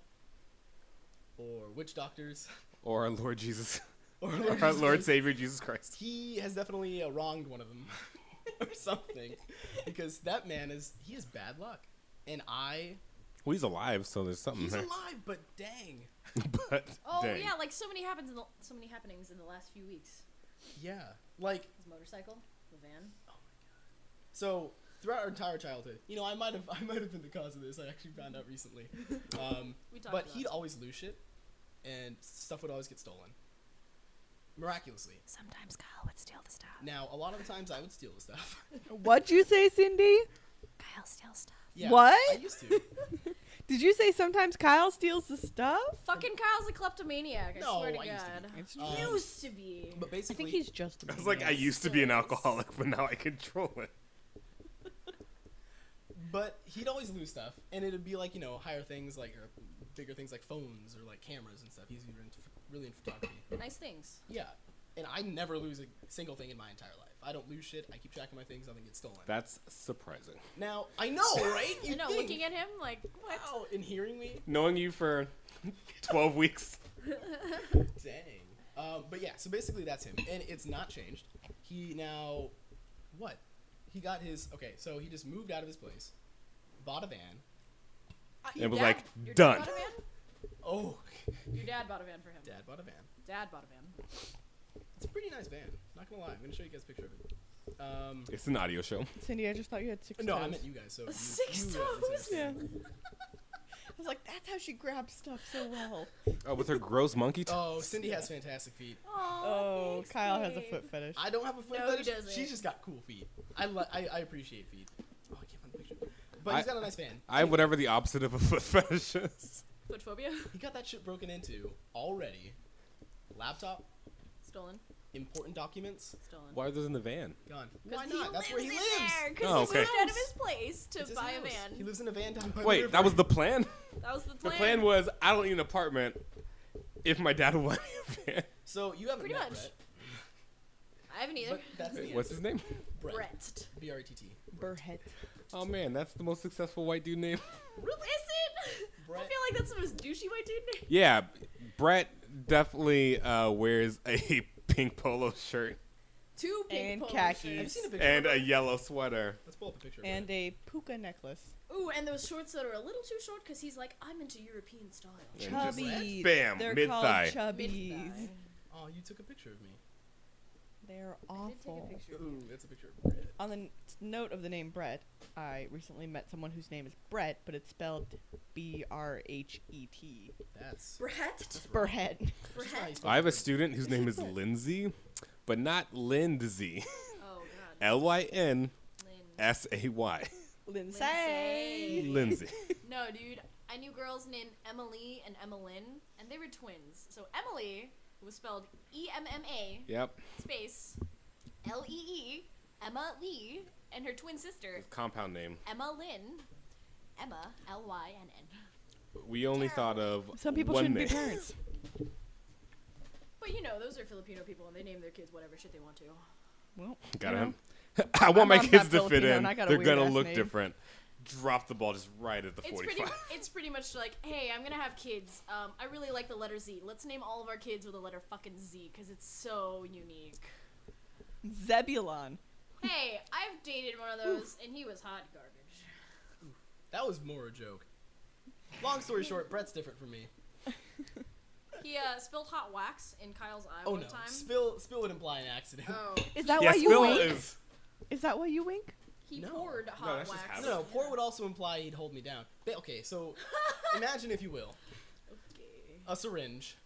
Speaker 4: or witch doctors <laughs>
Speaker 1: Or our Lord Jesus,
Speaker 4: or
Speaker 1: or our Lord Savior Jesus Christ.
Speaker 4: he has definitely uh, wronged one of them <laughs> or something because that man is he is bad luck and i
Speaker 1: Well, he's alive, so there's something
Speaker 4: he's
Speaker 1: there.
Speaker 4: alive but dang
Speaker 1: <laughs> but
Speaker 3: Oh
Speaker 1: dang.
Speaker 3: yeah, like so many happens in the, so many happenings in the last few weeks.
Speaker 4: yeah like
Speaker 3: His motorcycle, the van.
Speaker 4: so throughout our entire childhood you know i might have <laughs> i might have been the cause of this i actually found out
Speaker 5: <laughs>
Speaker 4: recently um,
Speaker 3: We talked
Speaker 4: but
Speaker 3: about
Speaker 4: he'd
Speaker 3: it.
Speaker 4: always lose shit and stuff would always get stolen miraculously
Speaker 3: Sometimes Kyle would steal the stuff.
Speaker 4: now a lot of the times i would steal the stuff <laughs>
Speaker 5: What'd you say, Cindy?
Speaker 3: Kyle steals stuff.
Speaker 4: yeah i
Speaker 5: What?
Speaker 4: used to
Speaker 5: Did you say sometimes Kyle steals the stuff?
Speaker 3: Fucking Kyle's a kleptomaniac. I
Speaker 4: No,
Speaker 3: swear to
Speaker 4: I
Speaker 3: God.
Speaker 4: used to be.
Speaker 5: It's uh,
Speaker 4: Um,
Speaker 3: He used to be.
Speaker 4: but
Speaker 5: I
Speaker 4: basically
Speaker 5: think he's just.
Speaker 1: I was like, I used to be an alcoholic, but now I control it.
Speaker 4: But he'd always lose stuff, and it'd be like you know higher things like or bigger things like phones or like cameras and stuff. He's even into, really in photography.
Speaker 3: Nice things.
Speaker 4: Yeah, and I never lose a single thing in my entire life. I don't lose shit. I keep track of my things. Nothing gets stolen.
Speaker 1: That's surprising.
Speaker 4: now I know, right?
Speaker 3: You know,
Speaker 4: think.
Speaker 3: looking at him like what?
Speaker 4: wow and hearing me,
Speaker 1: Knowing you for <laughs> 12 weeks.
Speaker 4: dang. Um, but yeah, so basically that's him, and it's not changed. He now, what? He got his okay. So he just moved out of his place, bought a van.
Speaker 1: It was
Speaker 3: Dad-
Speaker 1: like,
Speaker 3: Uh, your dad
Speaker 1: done.
Speaker 3: bought a van?
Speaker 4: Oh,
Speaker 3: Your dad bought a van for him.
Speaker 4: dad bought a van.
Speaker 3: Dad bought a van.
Speaker 4: It's a pretty nice van. Not gonna lie, I'm gonna show you guys a picture of it. Um,
Speaker 1: It's an audio show.
Speaker 5: Cindy, I just thought you had six.
Speaker 4: no, I
Speaker 5: toes.
Speaker 4: meant you guys. So you,
Speaker 3: Six
Speaker 4: you guys
Speaker 3: toes?
Speaker 4: understand.
Speaker 5: <laughs> Yeah. I was like, that's how she grabs stuff so well.
Speaker 1: Oh, with her gross monkey toe.
Speaker 4: Oh, Cindy has fantastic feet.
Speaker 3: Aw,
Speaker 5: Oh,
Speaker 3: thanks,
Speaker 5: Kyle has a
Speaker 3: babe.
Speaker 5: foot fetish.
Speaker 4: I don't have a foot
Speaker 3: No, he
Speaker 4: fetish.
Speaker 3: doesn't.
Speaker 4: She's just got cool feet. I lo- I, I appreciate feet. Oh, I can't find the picture. But he's
Speaker 1: I-
Speaker 4: got a nice van.
Speaker 1: I have whatever the opposite of a foot <laughs> fetish is.
Speaker 3: Foot phobia.
Speaker 4: He got that shit broken into already. Laptop,
Speaker 3: Stolen.
Speaker 4: important documents,
Speaker 3: Stolen.
Speaker 1: Why are those in the van?
Speaker 4: gone.
Speaker 3: 'Cause
Speaker 4: Why
Speaker 3: he
Speaker 4: not? That's where he
Speaker 3: in
Speaker 4: lives.
Speaker 3: there, 'cause
Speaker 1: Oh,
Speaker 3: he
Speaker 1: okay.
Speaker 3: moved out of his place to
Speaker 4: It's his
Speaker 3: buy a
Speaker 4: house.
Speaker 3: van.
Speaker 4: He lives in a van down by the river.
Speaker 1: Wait, that was the plan?
Speaker 3: that was the
Speaker 1: The
Speaker 3: plan.
Speaker 1: plan was I don't need an apartment if my dad <laughs> would want me a
Speaker 4: So you haven't
Speaker 3: Pretty
Speaker 4: met
Speaker 3: much.
Speaker 4: Brett,
Speaker 3: I haven't either.
Speaker 4: but that's the
Speaker 1: van. What's his name?
Speaker 4: Brett.
Speaker 3: Brett.
Speaker 4: B R E T T.
Speaker 5: Burhead.
Speaker 1: Oh man, that's the most successful white dude name.
Speaker 3: Really? Is it? <laughs> I
Speaker 4: Brett.
Speaker 3: feel like that's the most douchey white dude name.
Speaker 1: Yeah, Brett definitely uh, wears a <laughs> pink polo shirt
Speaker 3: Two pink
Speaker 5: And
Speaker 3: polo
Speaker 4: Have you
Speaker 5: khakis.
Speaker 4: seen a picture?
Speaker 1: and
Speaker 4: of
Speaker 1: a
Speaker 4: Brett?
Speaker 1: yellow sweater.
Speaker 4: Let's pull up a picture. of
Speaker 5: And
Speaker 4: Brett.
Speaker 5: a puka necklace.
Speaker 3: shirts. Ooh, and those shorts that are a little too short because he's like, I'm into European style.
Speaker 1: And just-
Speaker 5: Chubby.
Speaker 1: bam,
Speaker 5: They're
Speaker 1: mid-thigh.
Speaker 5: called chubbies.
Speaker 3: Mid-thigh.
Speaker 4: oh, you took a picture of me.
Speaker 5: They're
Speaker 3: I did take a
Speaker 5: awful.
Speaker 3: picture.
Speaker 4: Ooh, that's a picture of Brett.
Speaker 5: On the n- note of the name Brett, I recently met someone whose name is Brett, but it's spelled B R H E T.
Speaker 4: That's
Speaker 3: Brett.
Speaker 5: <laughs> Burhead.
Speaker 4: that's just how you
Speaker 3: Brett.
Speaker 4: spell
Speaker 1: I have a
Speaker 4: Brett.
Speaker 1: student whose name is Lindsay, but not Lindsay. <laughs>
Speaker 3: Oh God.
Speaker 1: L Y N
Speaker 3: Lynn.
Speaker 1: S A Y.
Speaker 5: Lindsay. <laughs>
Speaker 1: Lindsay.
Speaker 3: No, dude. I knew girls named Emily and Emmeline, and they were twins. So Emily was spelled E M M A
Speaker 1: Yep.
Speaker 3: space L E E Emma Lee, and her twin sister
Speaker 1: Compound name.
Speaker 3: Emma Lynn, Emma L Y N N.
Speaker 1: We only thought of
Speaker 5: Some people
Speaker 1: one
Speaker 5: shouldn't
Speaker 1: name.
Speaker 5: be parents.
Speaker 3: But you know, those are Filipino people, and they name their kids whatever shit they want to.
Speaker 5: Well,
Speaker 1: <laughs> Got
Speaker 5: you know,
Speaker 1: him. <laughs> I want my
Speaker 5: mom's
Speaker 1: kids to
Speaker 5: not
Speaker 1: fit
Speaker 5: Filipino,
Speaker 1: in.
Speaker 5: and I got a
Speaker 1: They're gonna
Speaker 5: weird-ass
Speaker 1: look
Speaker 5: name.
Speaker 1: different. Drop the ball just right at the
Speaker 3: It's pretty.
Speaker 1: forty-five.
Speaker 3: <laughs> It's pretty much like, hey, I'm gonna have kids. Um, I really like the letter Z. Let's name all of our kids with the letter fucking Z because it's so unique.
Speaker 5: Zebulon.
Speaker 3: hey, I've dated one of those, and he was hot garbage.
Speaker 4: That was more a joke. Long story short, Brett's different from me.
Speaker 3: He uh, spilled hot wax in Kyle's eye
Speaker 4: Oh
Speaker 3: one
Speaker 4: no,
Speaker 3: time.
Speaker 4: spill spill would imply an accident.
Speaker 3: oh,
Speaker 5: Is that
Speaker 1: yeah,
Speaker 5: why you
Speaker 1: Spill
Speaker 5: wink? Is...
Speaker 1: is.
Speaker 5: that why you wink?
Speaker 3: he
Speaker 4: No.
Speaker 3: poured hot
Speaker 1: that's just
Speaker 3: wax.
Speaker 1: how
Speaker 4: <laughs> No, no, poor would also imply he'd hold me down. Ba- Okay,
Speaker 3: <laughs>
Speaker 4: so imagine if you will
Speaker 3: Okay.
Speaker 4: a syringe,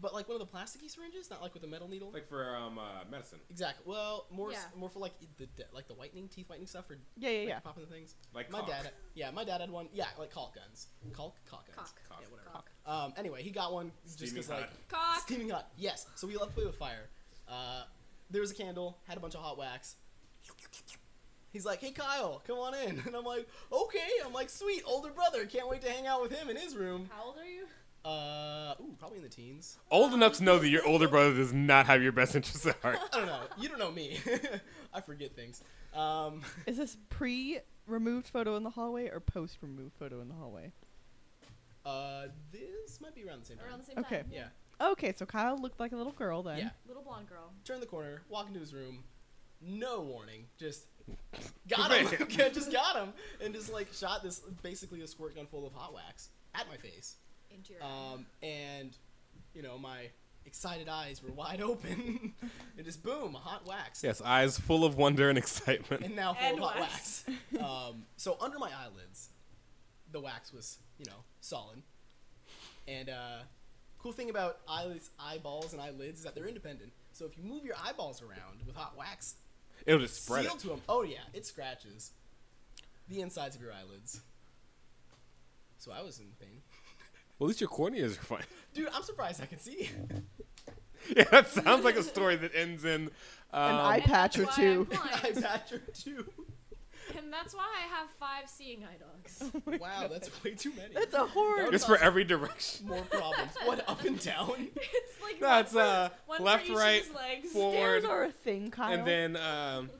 Speaker 4: but like one of the plasticky syringes, not like with a metal needle.
Speaker 1: Like for um uh, medicine,
Speaker 4: exactly. Well, more s-
Speaker 3: Yeah.
Speaker 4: more for like the de- like the whitening teeth whitening stuff or
Speaker 5: Yeah, yeah,
Speaker 4: like,
Speaker 5: yeah.
Speaker 4: popping the things.
Speaker 1: like
Speaker 4: my
Speaker 1: caulk.
Speaker 4: dad, yeah, my dad had one. Yeah, like caulk guns, caulk caulk guns.
Speaker 3: Cock.
Speaker 1: Cock.
Speaker 4: Yeah, whatever.
Speaker 3: Cock.
Speaker 4: Um, anyway, he got one just
Speaker 1: Steaming
Speaker 4: because like
Speaker 1: hot.
Speaker 3: Cock.
Speaker 4: steaming hot. Yes. So we left play with fire. Uh, there was a candle, had a bunch of hot wax. He's like, "Hey Kyle, come on in," <laughs> and I'm like, "Okay." I'm like, "Sweet, older brother, can't wait to hang out with him in his room."
Speaker 3: How old are you?
Speaker 4: Uh, ooh, probably in the teens.
Speaker 1: Old enough to know that your older brother does not have your best interests at heart.
Speaker 4: I don't know. You don't know me. <laughs> I forget things. Um,
Speaker 5: Is this pre removed photo in the hallway or post removed photo in the hallway?
Speaker 4: uh, this might be around the same time.
Speaker 3: Around the same
Speaker 5: Okay.
Speaker 3: time.
Speaker 4: yeah.
Speaker 5: Okay, so Kyle looked like a little girl then.
Speaker 4: Yeah.
Speaker 3: Little blonde girl.
Speaker 4: Turn the corner, walk into his room, no warning, just got him, <laughs> just got him, and just like shot this basically a squirt gun full of hot wax at my face.
Speaker 3: Into your eye.
Speaker 4: Um, and you know my excited eyes were wide open, <laughs> and just boom, hot wax.
Speaker 1: Yes, eyes full of wonder and excitement.
Speaker 4: And now full
Speaker 3: And
Speaker 4: of hot
Speaker 3: wax.
Speaker 4: wax. um, so under my eyelids, the wax was you know solid. And uh, cool thing about eyelids, eyeballs, and eyelids is that they're independent. So if you move your eyeballs around with hot wax,
Speaker 1: It'll just spread.
Speaker 4: sealed
Speaker 1: it.
Speaker 4: to them. Oh yeah, it scratches the insides of your eyelids. So I was in pain.
Speaker 1: Well, at least your corneas are fine. <laughs>
Speaker 4: Dude, I'm surprised I could see. <laughs>
Speaker 1: yeah, that sounds like a story that ends in.
Speaker 5: An
Speaker 1: Um,
Speaker 5: eye patch or
Speaker 3: that's why
Speaker 5: two.
Speaker 3: I'm blind,
Speaker 4: <laughs> I patch or two.
Speaker 3: <laughs> and that's why I have five seeing eye
Speaker 5: <laughs>
Speaker 3: dogs. <laughs>
Speaker 4: Wow, that's way too many.
Speaker 5: That's a horror.
Speaker 1: It's for every
Speaker 4: <laughs>
Speaker 1: direction.
Speaker 4: More problems. What up and down?
Speaker 3: it's like
Speaker 1: No,
Speaker 3: one
Speaker 1: it's,
Speaker 3: for-
Speaker 1: uh,
Speaker 3: one for
Speaker 1: left,
Speaker 3: each of
Speaker 1: right,
Speaker 3: his legs.
Speaker 1: Forward,
Speaker 5: Stairs are a thing, Kyle.
Speaker 1: and then um,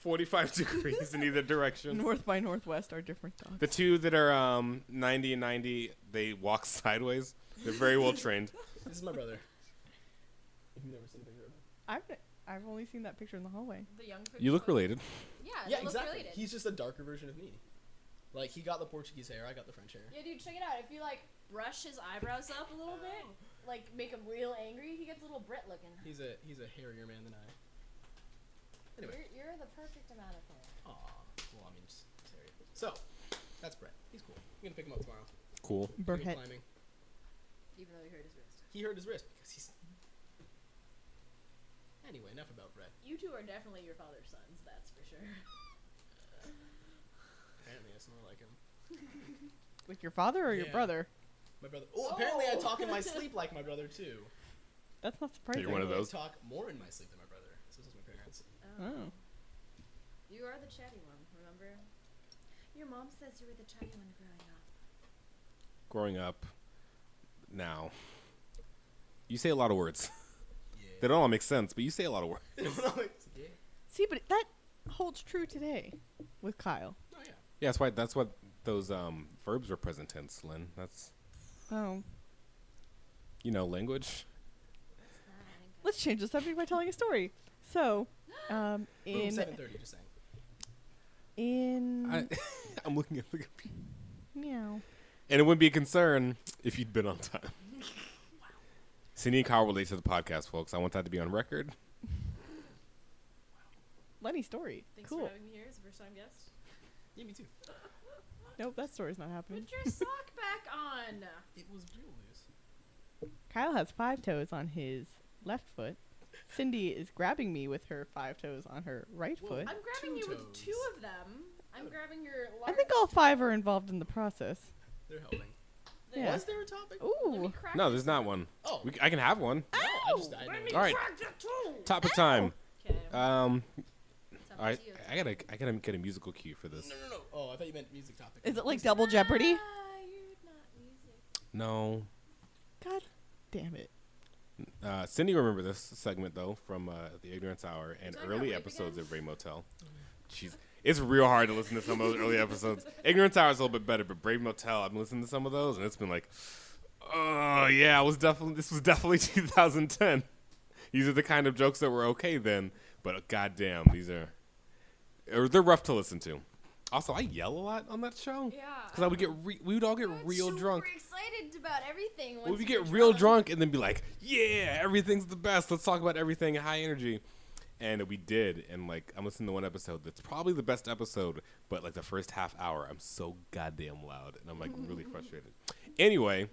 Speaker 1: 45 degrees in either direction.
Speaker 5: North by Northwest are different dogs.
Speaker 1: The two that are um, 90 and 90, they walk <laughs> sideways. They're very well trained.
Speaker 4: This is my brother. <laughs> You've never seen a picture of him.
Speaker 5: I've I've only seen that picture in the hallway.
Speaker 3: The young.
Speaker 1: You look related.
Speaker 3: Yeah,
Speaker 4: uh, Yeah,
Speaker 3: they look
Speaker 4: exactly.
Speaker 3: related.
Speaker 4: He's just a darker version of me. Like he got the Portuguese hair, I got the French hair.
Speaker 3: Yeah, dude, check it out. If you like brush his eyebrows up a little bit, like make him real angry, he gets a little Brit looking.
Speaker 4: He's a he's a hairier man than I. Anyway,
Speaker 3: You're, you're the perfect amount of hair.
Speaker 4: aw, well I mean, just it's hairy. So, that's Brett. He's cool. I'm gonna pick him up tomorrow.
Speaker 1: Cool.
Speaker 4: We're gonna
Speaker 5: Burhead.
Speaker 4: Climbing.
Speaker 3: Even though you hurt his wrist.
Speaker 4: He hurt his wrist because he's. Anyway, enough about Brett.
Speaker 3: You two are definitely your father's sons. That's for <laughs> sure.
Speaker 4: Apparently, that's more like him.
Speaker 5: Like your father or your
Speaker 4: Yeah.
Speaker 5: brother?
Speaker 4: My brother. Oh, apparently I
Speaker 3: Oh. <laughs>
Speaker 4: talk in my sleep like my brother too.
Speaker 5: That's not surprising.
Speaker 1: one of
Speaker 4: Apparently I
Speaker 1: those?
Speaker 4: talk more in my sleep than my brother. So does my
Speaker 1: <laughs>
Speaker 4: parents.
Speaker 5: Oh.
Speaker 3: Um, You are the chatty one. Remember? Your mom says you were the chatty one growing up.
Speaker 1: Growing up now, you say a lot of words. <laughs> They
Speaker 4: Yeah. <laughs>
Speaker 1: don't all make sense, but you say a lot of words.
Speaker 4: yeah.
Speaker 5: See, but that holds true today with Kyle.
Speaker 4: Oh yeah.
Speaker 1: Yeah, that's why. That's what those um, verbs were present tense, Lynn. That's
Speaker 5: Oh.
Speaker 1: you know language.
Speaker 3: It's not an
Speaker 5: Let's change the subject by telling a story. So,
Speaker 1: <gasps>
Speaker 5: um,
Speaker 4: Boom,
Speaker 5: in
Speaker 4: seven thirty. Just saying.
Speaker 5: in
Speaker 1: I, <laughs> I'm looking at the computer,
Speaker 5: meow.
Speaker 1: and it wouldn't be a concern if you'd been on <laughs> time. Cindy and Kyle relate to the podcast, folks. I want that to be on record.
Speaker 5: Lenny story.
Speaker 3: Thanks for
Speaker 5: cool.
Speaker 3: having me here as a first time guest.
Speaker 4: Yeah, me too.
Speaker 5: Nope, that story's not happening.
Speaker 3: Put your sock back on.
Speaker 4: It was real loose.
Speaker 5: Kyle has five toes on his left foot. Cindy is grabbing me with her five toes on her right
Speaker 4: Whoa.
Speaker 5: foot.
Speaker 3: I'm
Speaker 4: Two
Speaker 3: grabbing you with two
Speaker 4: toes.
Speaker 3: of them. I'm grabbing your.
Speaker 5: I
Speaker 3: Large,
Speaker 5: think all five are involved in the process.
Speaker 4: They're helping.
Speaker 3: the-
Speaker 5: Yeah.
Speaker 4: Was there a topic?
Speaker 3: Let me
Speaker 5: Ooh.
Speaker 3: crack
Speaker 1: No,
Speaker 3: this-
Speaker 1: there's not one.
Speaker 4: Oh.
Speaker 1: We, c- I can have one.
Speaker 4: no, I just I know.
Speaker 1: All right. Top of time.
Speaker 3: Okay.
Speaker 1: Um,
Speaker 3: it's up
Speaker 1: all right.
Speaker 3: to you.
Speaker 1: I gotta, I gotta get a musical cue for this.
Speaker 4: No, no, no. Oh, I thought you meant music topic.
Speaker 5: Is it like double jeopardy?
Speaker 3: Ah, you're not music.
Speaker 1: No,
Speaker 5: God damn it.
Speaker 1: Uh, Cindy remember this segment though from uh, the Ignorance Hour and
Speaker 3: talking about
Speaker 1: early
Speaker 3: rape
Speaker 1: episodes
Speaker 3: again?
Speaker 1: of Ray Motel. Jeez, it's real hard to listen to some of those early episodes. Ignorance Hour is a little bit better, but Brave Motel, I've been listening to some of those and it's been like, oh yeah, I was definitely this was definitely <laughs> 2010. These are the kind of jokes that were okay then, but uh, goddamn, these are or they're rough to listen to. Also, I yell a lot on that show.
Speaker 3: Yeah,
Speaker 1: because I would get re- we would all get
Speaker 3: I'm
Speaker 1: real
Speaker 3: super
Speaker 1: drunk.
Speaker 3: excited about everything.
Speaker 1: Well,
Speaker 3: once
Speaker 1: we
Speaker 3: you're
Speaker 1: get real drunk and then be like, yeah, everything's the best. Let's talk about everything at high energy. And we did. And like, I'm listening to one episode that's probably the best episode, but like the first half hour, I'm so goddamn loud and I'm like really frustrated. Anyway,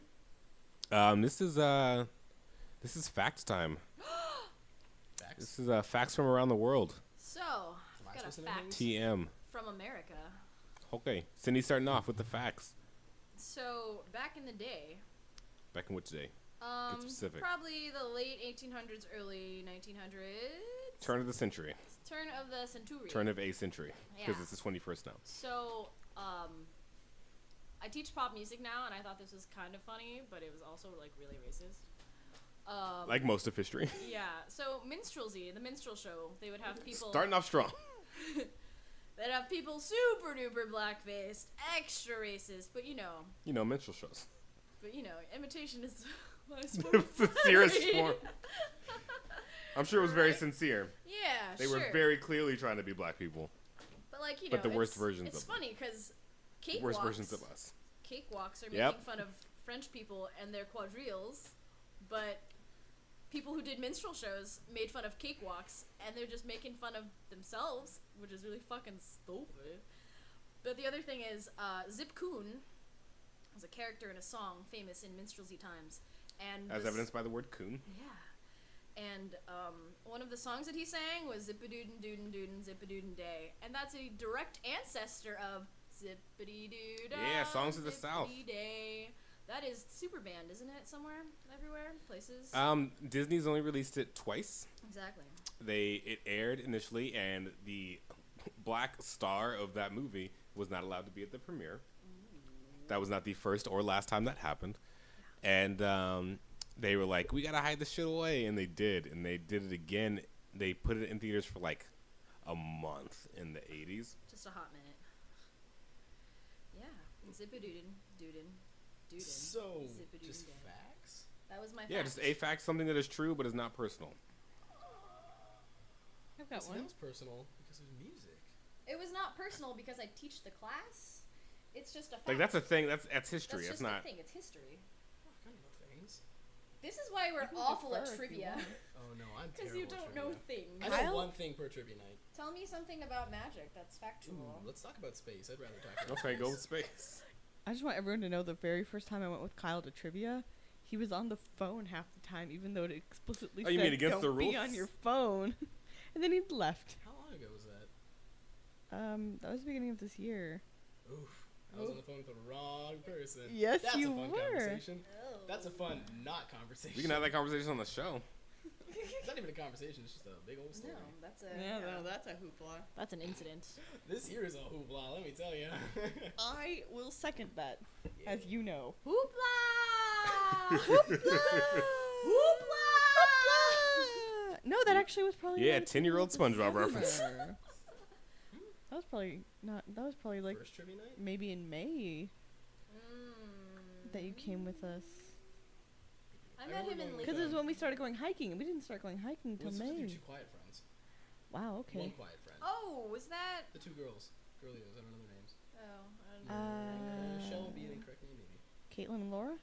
Speaker 1: um, this is uh, this is fact time.
Speaker 4: Facts.
Speaker 1: This is uh, facts from around the world.
Speaker 3: So, I've got a
Speaker 4: supposed to know
Speaker 3: fact
Speaker 1: TM.
Speaker 3: from America.
Speaker 1: Okay, Cindy, starting off with the facts.
Speaker 3: So, back in the day,
Speaker 1: Back in which day?
Speaker 3: um,
Speaker 1: specific.
Speaker 3: probably the late 1800s, early 1900s,
Speaker 1: Turn of the century.
Speaker 3: turn of the century.
Speaker 1: Turn of a century. Because
Speaker 3: Yeah.
Speaker 1: it's the 21st now.
Speaker 3: So, um, I teach pop music now, and I thought this was kind of funny, but it was also like really racist. Um,
Speaker 1: Like most of history.
Speaker 3: yeah. So minstrelsy, the minstrel show, they would have people
Speaker 1: Starting off strong.
Speaker 3: they'd have people super duper blackface, extra racist, but you know,
Speaker 1: <laughs> You know, minstrel shows.
Speaker 3: but you know, imitation is <laughs> my sport. of
Speaker 1: <laughs> It's the serious
Speaker 3: flattery. <laughs>
Speaker 1: form. I'm sure it was very
Speaker 3: Right?
Speaker 1: sincere.
Speaker 3: Yeah,
Speaker 1: They
Speaker 3: sure.
Speaker 1: were very clearly trying to be black people.
Speaker 3: but like you know,
Speaker 1: but the worst
Speaker 3: it's-
Speaker 1: versions
Speaker 3: It's
Speaker 1: of them.
Speaker 3: funny because cakewalks,
Speaker 1: Worst versions of us.
Speaker 3: cakewalks are
Speaker 1: Yep.
Speaker 3: making fun of French people and their quadrilles, but people who did minstrel shows made fun of cakewalks, and they're just making fun of themselves, which is really fucking stupid. But the other thing is, uh, Zip Coon was a character in a song famous in minstrelsy times, and
Speaker 1: As
Speaker 3: was-
Speaker 1: evidenced by the word coon.
Speaker 3: yeah. And um, one of the songs that he sang was Zippadoodin Doodin Doodin Zippadoodin Day. And that's a direct ancestor of Zippity Doo
Speaker 1: Yeah, songs of the South.
Speaker 3: Day. That is super band, isn't it? Somewhere, everywhere, places.
Speaker 1: Um, Disney's only released it twice.
Speaker 3: exactly.
Speaker 1: They it aired initially, and the black star of that movie was not allowed to be at the premiere.
Speaker 3: Mm.
Speaker 1: That was not the first or last time that happened. And um, they were like, "We gotta hide the shit away," and they did, and they did it again. They put it in theaters for like a month in the '80s.
Speaker 3: Just a hot minute. Yeah, Zippadoodin Doodin Doodin.
Speaker 4: So,
Speaker 3: Zippadoodin
Speaker 4: just
Speaker 3: Day.
Speaker 4: facts?
Speaker 3: That was my
Speaker 1: Yeah, just a
Speaker 3: fact.
Speaker 1: fact, something that is true but is not personal.
Speaker 5: I've got
Speaker 4: See,
Speaker 5: one.
Speaker 4: that was personal because it was music.
Speaker 3: It was not personal because I teach the class. It's just a fact.
Speaker 1: Like that's a thing. That's that's history.
Speaker 3: That's
Speaker 1: That's,
Speaker 3: just
Speaker 1: not.
Speaker 3: a thing. It's history.
Speaker 4: Fuck, I don't know things.
Speaker 3: This is why we're
Speaker 5: can
Speaker 3: awful
Speaker 5: defer
Speaker 3: at
Speaker 5: if you
Speaker 3: trivia.
Speaker 5: want.
Speaker 3: <laughs>
Speaker 4: Oh no, I'm
Speaker 3: Because
Speaker 4: terrible.
Speaker 3: you
Speaker 4: at
Speaker 3: don't
Speaker 4: trivia.
Speaker 3: know things.
Speaker 4: I know
Speaker 5: Kyle?
Speaker 4: one thing per trivia night.
Speaker 3: Tell me something about magic that's
Speaker 4: Ooh,
Speaker 3: factual.
Speaker 4: let's talk about space. I'd rather talk about
Speaker 1: <laughs> Okay, go with space.
Speaker 5: I just want everyone to know the very first time I went with Kyle to trivia, he was on the phone half the time, even though it explicitly
Speaker 1: Oh,
Speaker 5: said
Speaker 1: you mean against the
Speaker 5: don't be on
Speaker 1: rules?"
Speaker 5: your phone. <laughs> and then he left.
Speaker 4: How long ago was that?
Speaker 5: Um, that was the beginning of this year.
Speaker 4: Oof. I was on the phone with the wrong person.
Speaker 5: Yes,
Speaker 4: That's
Speaker 5: you
Speaker 4: a fun
Speaker 5: were.
Speaker 4: conversation.
Speaker 3: Oh.
Speaker 4: That's a fun not conversation.
Speaker 3: <laughs>
Speaker 1: We can have that conversation on the show.
Speaker 4: It's not even a conversation. It's just a big old
Speaker 3: No,
Speaker 4: story.
Speaker 3: that's a.
Speaker 5: that's a hoopla.
Speaker 3: that's an incident.
Speaker 4: This year is a hoopla. Let me tell you.
Speaker 5: I will second that, as you know.
Speaker 3: Hoopla! Hoopla! Hoopla!
Speaker 5: No, that actually was probably
Speaker 1: Yeah,
Speaker 5: like
Speaker 1: 10-year-old SpongeBob
Speaker 5: <laughs>
Speaker 1: reference. <laughs>
Speaker 5: December. that was probably not. That was probably like
Speaker 4: First trivia night.
Speaker 5: maybe in May
Speaker 3: Mm.
Speaker 5: that you came with us.
Speaker 3: I
Speaker 4: I
Speaker 3: met
Speaker 4: remember
Speaker 3: him in
Speaker 4: going with
Speaker 5: Because it was
Speaker 3: Leeds.
Speaker 5: when we started going hiking, and we didn't start going hiking
Speaker 4: Well,
Speaker 5: until
Speaker 4: it's just your
Speaker 5: May.
Speaker 4: two quiet friends. One
Speaker 5: Wow. Okay.
Speaker 4: quiet friend.
Speaker 3: Oh, was that?
Speaker 4: The two girls. Girlies. I don't know their names.
Speaker 3: Oh, I don't know.
Speaker 4: Uh, Shell would be an
Speaker 5: Uh,
Speaker 4: incorrect name, maybe.
Speaker 5: Caitlin and Laura.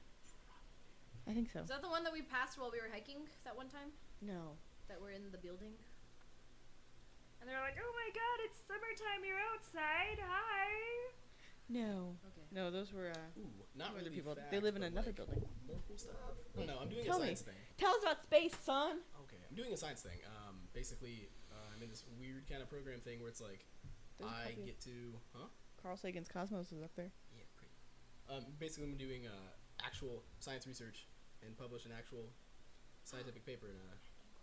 Speaker 5: I think so.
Speaker 3: Is that the one that we passed while we were hiking that one time?
Speaker 5: No.
Speaker 3: That were in the building? And they're like, oh my god, it's summertime, you're outside, hi!
Speaker 5: No.
Speaker 3: Okay.
Speaker 5: No, those were uh,
Speaker 4: Ooh, not
Speaker 5: two
Speaker 4: really
Speaker 5: other people.
Speaker 4: Facts,
Speaker 5: they live in
Speaker 4: but,
Speaker 5: another
Speaker 4: like,
Speaker 5: building.
Speaker 4: More cool stuff. I don't know. I'm doing
Speaker 5: Tell
Speaker 4: a
Speaker 5: me.
Speaker 4: science thing.
Speaker 5: Tell us about space, son.
Speaker 4: Okay, I'm doing a science thing. Um, basically, uh, I'm in this weird kind of program thing where it's like
Speaker 5: There's a
Speaker 4: I
Speaker 5: copy of-
Speaker 4: get to, huh?
Speaker 5: Carl Sagan's Cosmos is up there.
Speaker 4: Yeah, pretty. Um, basically, I'm doing uh, actual science research and publish an actual scientific paper in a
Speaker 1: <laughs>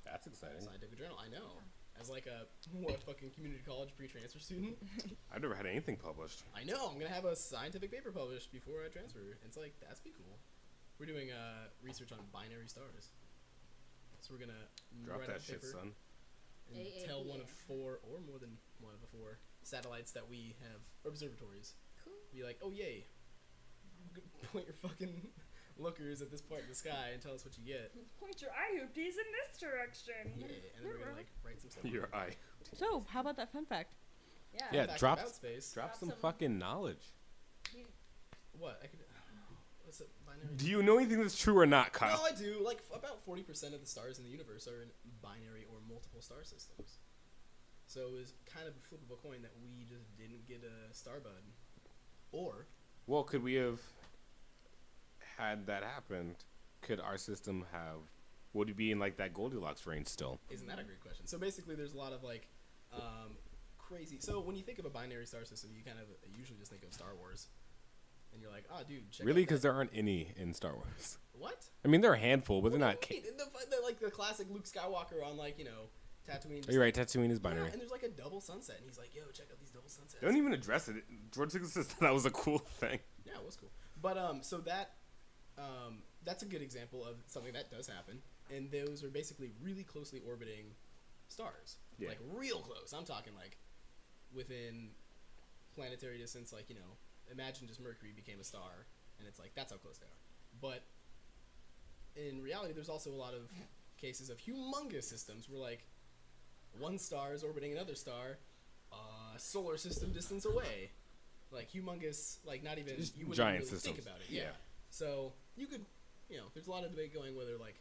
Speaker 1: That's exciting.
Speaker 4: scientific journal. I know. As like a <laughs> what
Speaker 1: <laughs>
Speaker 4: fucking community college pre-transfer student,
Speaker 1: I've never had anything published.
Speaker 4: I know I'm gonna have a scientific paper published before I transfer. It's like that's be cool. We're doing uh, research on binary stars. So we're gonna
Speaker 1: Drop
Speaker 4: write
Speaker 1: that
Speaker 4: on
Speaker 1: shit,
Speaker 4: paper
Speaker 1: son. <laughs>
Speaker 4: and
Speaker 3: AAPA.
Speaker 4: tell one of four or more than one of the four satellites that we have or observatories.
Speaker 3: Cool.
Speaker 4: Be like, oh yay! G- <laughs> Point your fucking <laughs> lookers at this part in the sky and tell us what you get.
Speaker 6: Point your eye hoopties in this direction.
Speaker 4: Yeah, and then we're gonna like write some
Speaker 1: <laughs>
Speaker 4: stuff.
Speaker 1: Your eye.
Speaker 5: So, how about that fun fact?
Speaker 3: Yeah.
Speaker 1: Yeah.
Speaker 4: Fact
Speaker 1: drop-
Speaker 4: about space.
Speaker 1: Drop
Speaker 3: Drop
Speaker 1: some
Speaker 3: some-
Speaker 1: fucking knowledge.
Speaker 4: What? I could. What's it? Binary.
Speaker 1: Do you know anything that's true or not, Kyle?
Speaker 4: No, I do. Like f- about forty percent of the stars in the universe are in binary or multiple star systems. So it was kind of a flip of a coin that we just didn't get a star bud, or
Speaker 1: Well, could we have had that happened? Could our system have? Would it be in like that Goldilocks range still?
Speaker 4: isn't that a great question? So basically, there's a lot of like um, crazy. So when you think of a binary star system, you kind of uh, usually just think of Star Wars, and you're like, ah, dude, check
Speaker 1: Really?
Speaker 4: out
Speaker 1: Because
Speaker 4: that-
Speaker 1: there aren't any in Star Wars.
Speaker 4: what?
Speaker 1: I mean, there are a handful, but they're
Speaker 4: What
Speaker 1: not.
Speaker 4: do you
Speaker 1: Ca-
Speaker 4: mean? the, the- like the classic Luke Skywalker on like you know Tatooine.
Speaker 1: Are you right? Tatooine is
Speaker 4: Yeah,
Speaker 1: binary.
Speaker 4: and there's like a double sunset, and he's like, "Yo, check out these double sunsets."
Speaker 1: They don't even address it. George Lucas says <laughs> that was a cool thing.
Speaker 4: Yeah, it was cool. But um, so that um, that's a good example of something that does happen, and those are basically really closely orbiting stars,
Speaker 1: Yeah.
Speaker 4: like real close. I'm talking like within planetary distance. Like you know, imagine just Mercury became a star, and it's like that's how close they are. But in reality, there's also a lot of cases of humongous systems where like one star is orbiting another star, uh, solar system distance away, like humongous, like not even
Speaker 1: Just
Speaker 4: you wouldn't
Speaker 1: giant
Speaker 4: really
Speaker 1: systems.
Speaker 4: think about it. Yeah.
Speaker 1: Yeah.
Speaker 4: So you could, you know, there's a lot of debate going whether like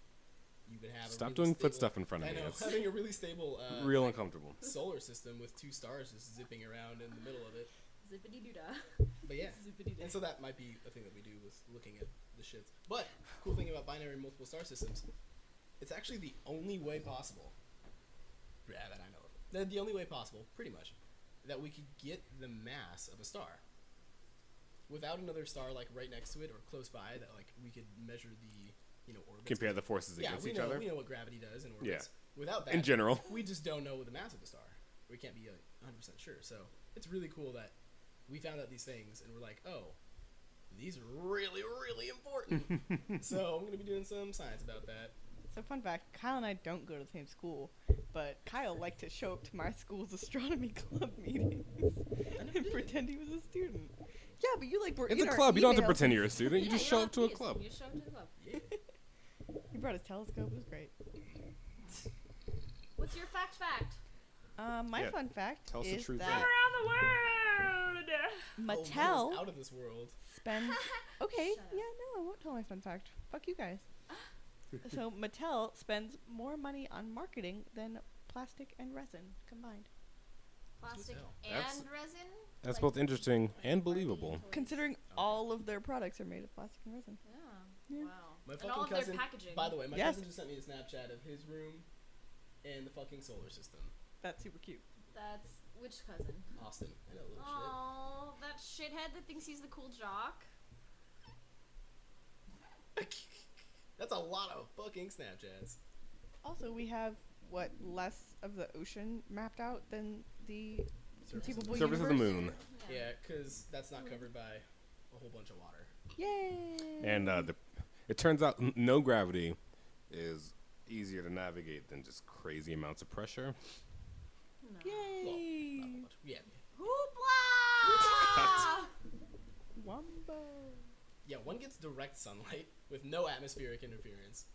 Speaker 4: you could have
Speaker 1: Stop
Speaker 4: a really
Speaker 1: doing
Speaker 4: stable,
Speaker 1: foot stuff in front of
Speaker 4: I
Speaker 1: me.
Speaker 4: know
Speaker 1: It's
Speaker 4: <laughs> having a really stable uh,
Speaker 1: real uncomfortable.
Speaker 4: solar system with two stars just zipping around in the middle of it.
Speaker 3: Zippity doo dah.
Speaker 4: But yeah.
Speaker 3: Zippity
Speaker 4: And so that might be a thing that we do with looking at the shits. But cool thing about binary multiple star systems, it's actually the only way possible. Yeah, that I know of. They're the only way possible, pretty much, that we could get the mass of a star without another star like right next to it or close by that like we could measure the you know orbits.
Speaker 1: Compare the forces
Speaker 4: yeah,
Speaker 1: against
Speaker 4: we
Speaker 1: each
Speaker 4: know
Speaker 1: other.
Speaker 4: we know what gravity does in orbits.
Speaker 1: Yeah.
Speaker 4: Without that,
Speaker 1: In general.
Speaker 4: we just don't know the mass of the star. We can't be like, 100% sure. So it's really cool that we found out these things and we're like, oh, these are really, really
Speaker 1: <laughs>
Speaker 4: important. so I'm going to be doing some science about that.
Speaker 5: So, fun fact Kyle and I don't go to the same school, but Kyle liked to show up to my school's astronomy <laughs> club meetings and pretend he was a student. Yeah, but you like were
Speaker 1: It's
Speaker 5: in
Speaker 1: a
Speaker 5: our
Speaker 1: club. You don't have to
Speaker 5: emails.
Speaker 1: pretend you're a
Speaker 3: <laughs>
Speaker 1: student. You
Speaker 3: Yeah,
Speaker 1: just
Speaker 3: you
Speaker 1: show
Speaker 3: don't
Speaker 1: up
Speaker 3: have
Speaker 1: to a
Speaker 3: be
Speaker 1: club.
Speaker 3: You show up to the club.
Speaker 5: He brought his telescope. It was great.
Speaker 3: What's your fact fact?
Speaker 5: Um, my
Speaker 1: Yeah,
Speaker 5: fun fact
Speaker 1: tell us the
Speaker 5: is
Speaker 1: truth
Speaker 5: that
Speaker 6: Around the world.
Speaker 4: Oh,
Speaker 5: Mattel
Speaker 4: Mars out of this world. <laughs>
Speaker 5: spends. Okay,
Speaker 3: Shut up.
Speaker 5: yeah, no, I won't tell my fun fact. Fuck
Speaker 1: <laughs>
Speaker 5: you guys. so Mattel spends more money on marketing than plastic and resin combined.
Speaker 3: Plastic
Speaker 4: hell.
Speaker 3: and
Speaker 1: That's-
Speaker 3: resin?
Speaker 1: That's
Speaker 3: Like,
Speaker 1: both interesting and believable.
Speaker 5: Considering all of their products are made of plastic and resin.
Speaker 3: Yeah.
Speaker 5: Yeah.
Speaker 3: Wow.
Speaker 4: My
Speaker 3: and all
Speaker 4: fucking
Speaker 3: of their
Speaker 4: cousin.
Speaker 3: packaging.
Speaker 4: By the way, my
Speaker 5: Yes.
Speaker 4: cousin just sent me a Snapchat of his room and the fucking solar system.
Speaker 5: That's super cute.
Speaker 3: That's which cousin?
Speaker 4: Austin. I know, little shit.
Speaker 3: Oh, that shithead that thinks he's the cool jock.
Speaker 4: <laughs> That's a lot of fucking Snapchats.
Speaker 5: Also, we have what less of the ocean mapped out than the
Speaker 4: Surface of
Speaker 5: conceivable
Speaker 4: the-
Speaker 1: Surface of the
Speaker 5: universe.
Speaker 1: moon
Speaker 4: Yeah, because that's not covered by a whole bunch of water.
Speaker 5: Yay!
Speaker 1: and uh, the. It turns out n- no gravity is easier to navigate than just crazy amounts of pressure.
Speaker 3: No.
Speaker 4: Well,
Speaker 5: Yay!
Speaker 4: not a whole bunch. Yeah.
Speaker 3: Hoopla!
Speaker 5: Wombo.
Speaker 4: Yeah, one gets direct sunlight <laughs> with no atmospheric interference.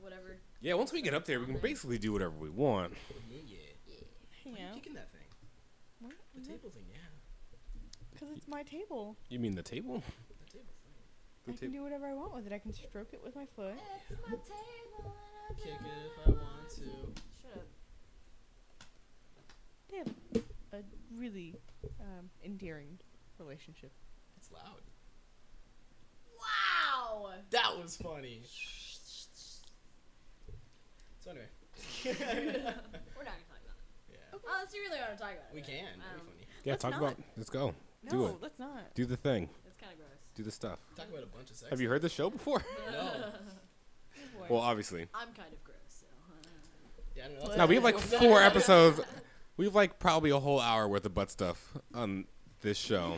Speaker 3: Whatever.
Speaker 1: Yeah, once we get up there, we can basically do whatever we want.
Speaker 4: The moon, yeah.
Speaker 5: You
Speaker 4: Why are you
Speaker 5: know,
Speaker 4: kicking that thing? The
Speaker 5: Mm-hmm.
Speaker 4: table thing, yeah.
Speaker 5: because it's my table.
Speaker 1: You mean the table?
Speaker 4: The table thing.
Speaker 5: I can do whatever I want with it. I can stroke it with my foot.
Speaker 3: It's my table and I
Speaker 4: Kick
Speaker 3: do
Speaker 4: it if I
Speaker 3: what
Speaker 4: want to.
Speaker 3: Shut up.
Speaker 5: They have a really um, endearing relationship.
Speaker 4: It's loud.
Speaker 3: Wow!
Speaker 4: That was funny. So anyway. <laughs> yeah.
Speaker 3: We're not gonna talk about it. Unless you really want to talk about it.
Speaker 4: We
Speaker 3: right?
Speaker 4: can.
Speaker 3: Um,
Speaker 4: That'd be funny.
Speaker 1: Yeah,
Speaker 5: Let's
Speaker 1: talk
Speaker 5: not.
Speaker 1: about. Let's go. Do
Speaker 5: No,
Speaker 1: it.
Speaker 5: that's not.
Speaker 1: Do the thing.
Speaker 3: It's kind of gross.
Speaker 1: Do the stuff.
Speaker 4: Talk about a bunch of sex.
Speaker 1: Have you heard the show
Speaker 5: <laughs>
Speaker 1: before?
Speaker 4: No.
Speaker 1: well, obviously.
Speaker 3: I'm kind of gross, so.
Speaker 4: Yeah, <laughs> I don't know.
Speaker 1: Now we have like
Speaker 5: <laughs>
Speaker 1: four episodes. We have like probably a whole hour worth of butt stuff on this
Speaker 5: <laughs>
Speaker 1: show.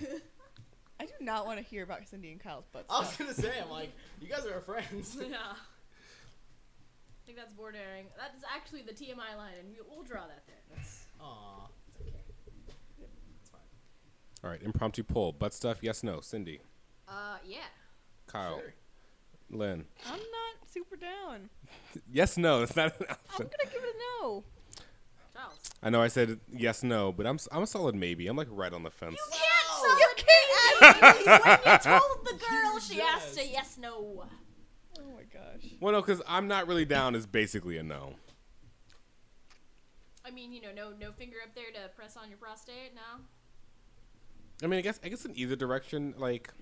Speaker 5: I do not want to hear about Cindy and Kyle's butt
Speaker 4: I was <laughs>
Speaker 3: <laughs>
Speaker 5: stuff.
Speaker 4: gonna say, I'm like, you guys are friends.
Speaker 3: yeah. think that's bordering. That's actually the TMI line, and we- we'll draw that there. That's,
Speaker 4: Aw.
Speaker 3: that's okay.
Speaker 4: It's fine.
Speaker 1: All right, impromptu poll. Butt stuff, yes, no. Cindy,
Speaker 3: Uh, yeah.
Speaker 1: Kyle,
Speaker 4: Sure.
Speaker 1: Lynn.
Speaker 5: I'm not super down.
Speaker 1: Yes, no. It's not an
Speaker 5: I'm
Speaker 1: option.
Speaker 5: gonna give it a no.
Speaker 3: Charles.
Speaker 1: I know I said yes, no, but I'm s- I'm a solid maybe. I'm like right on the fence.
Speaker 3: You can't solid you
Speaker 5: <laughs>
Speaker 3: when you told Oh, the girl she asked a yes no.
Speaker 5: Oh my gosh.
Speaker 1: Well, no, because I'm not really down is basically a no.
Speaker 3: I mean, you know, no no finger up there to press on your prostate, no.
Speaker 1: I mean, I guess I guess in either direction, like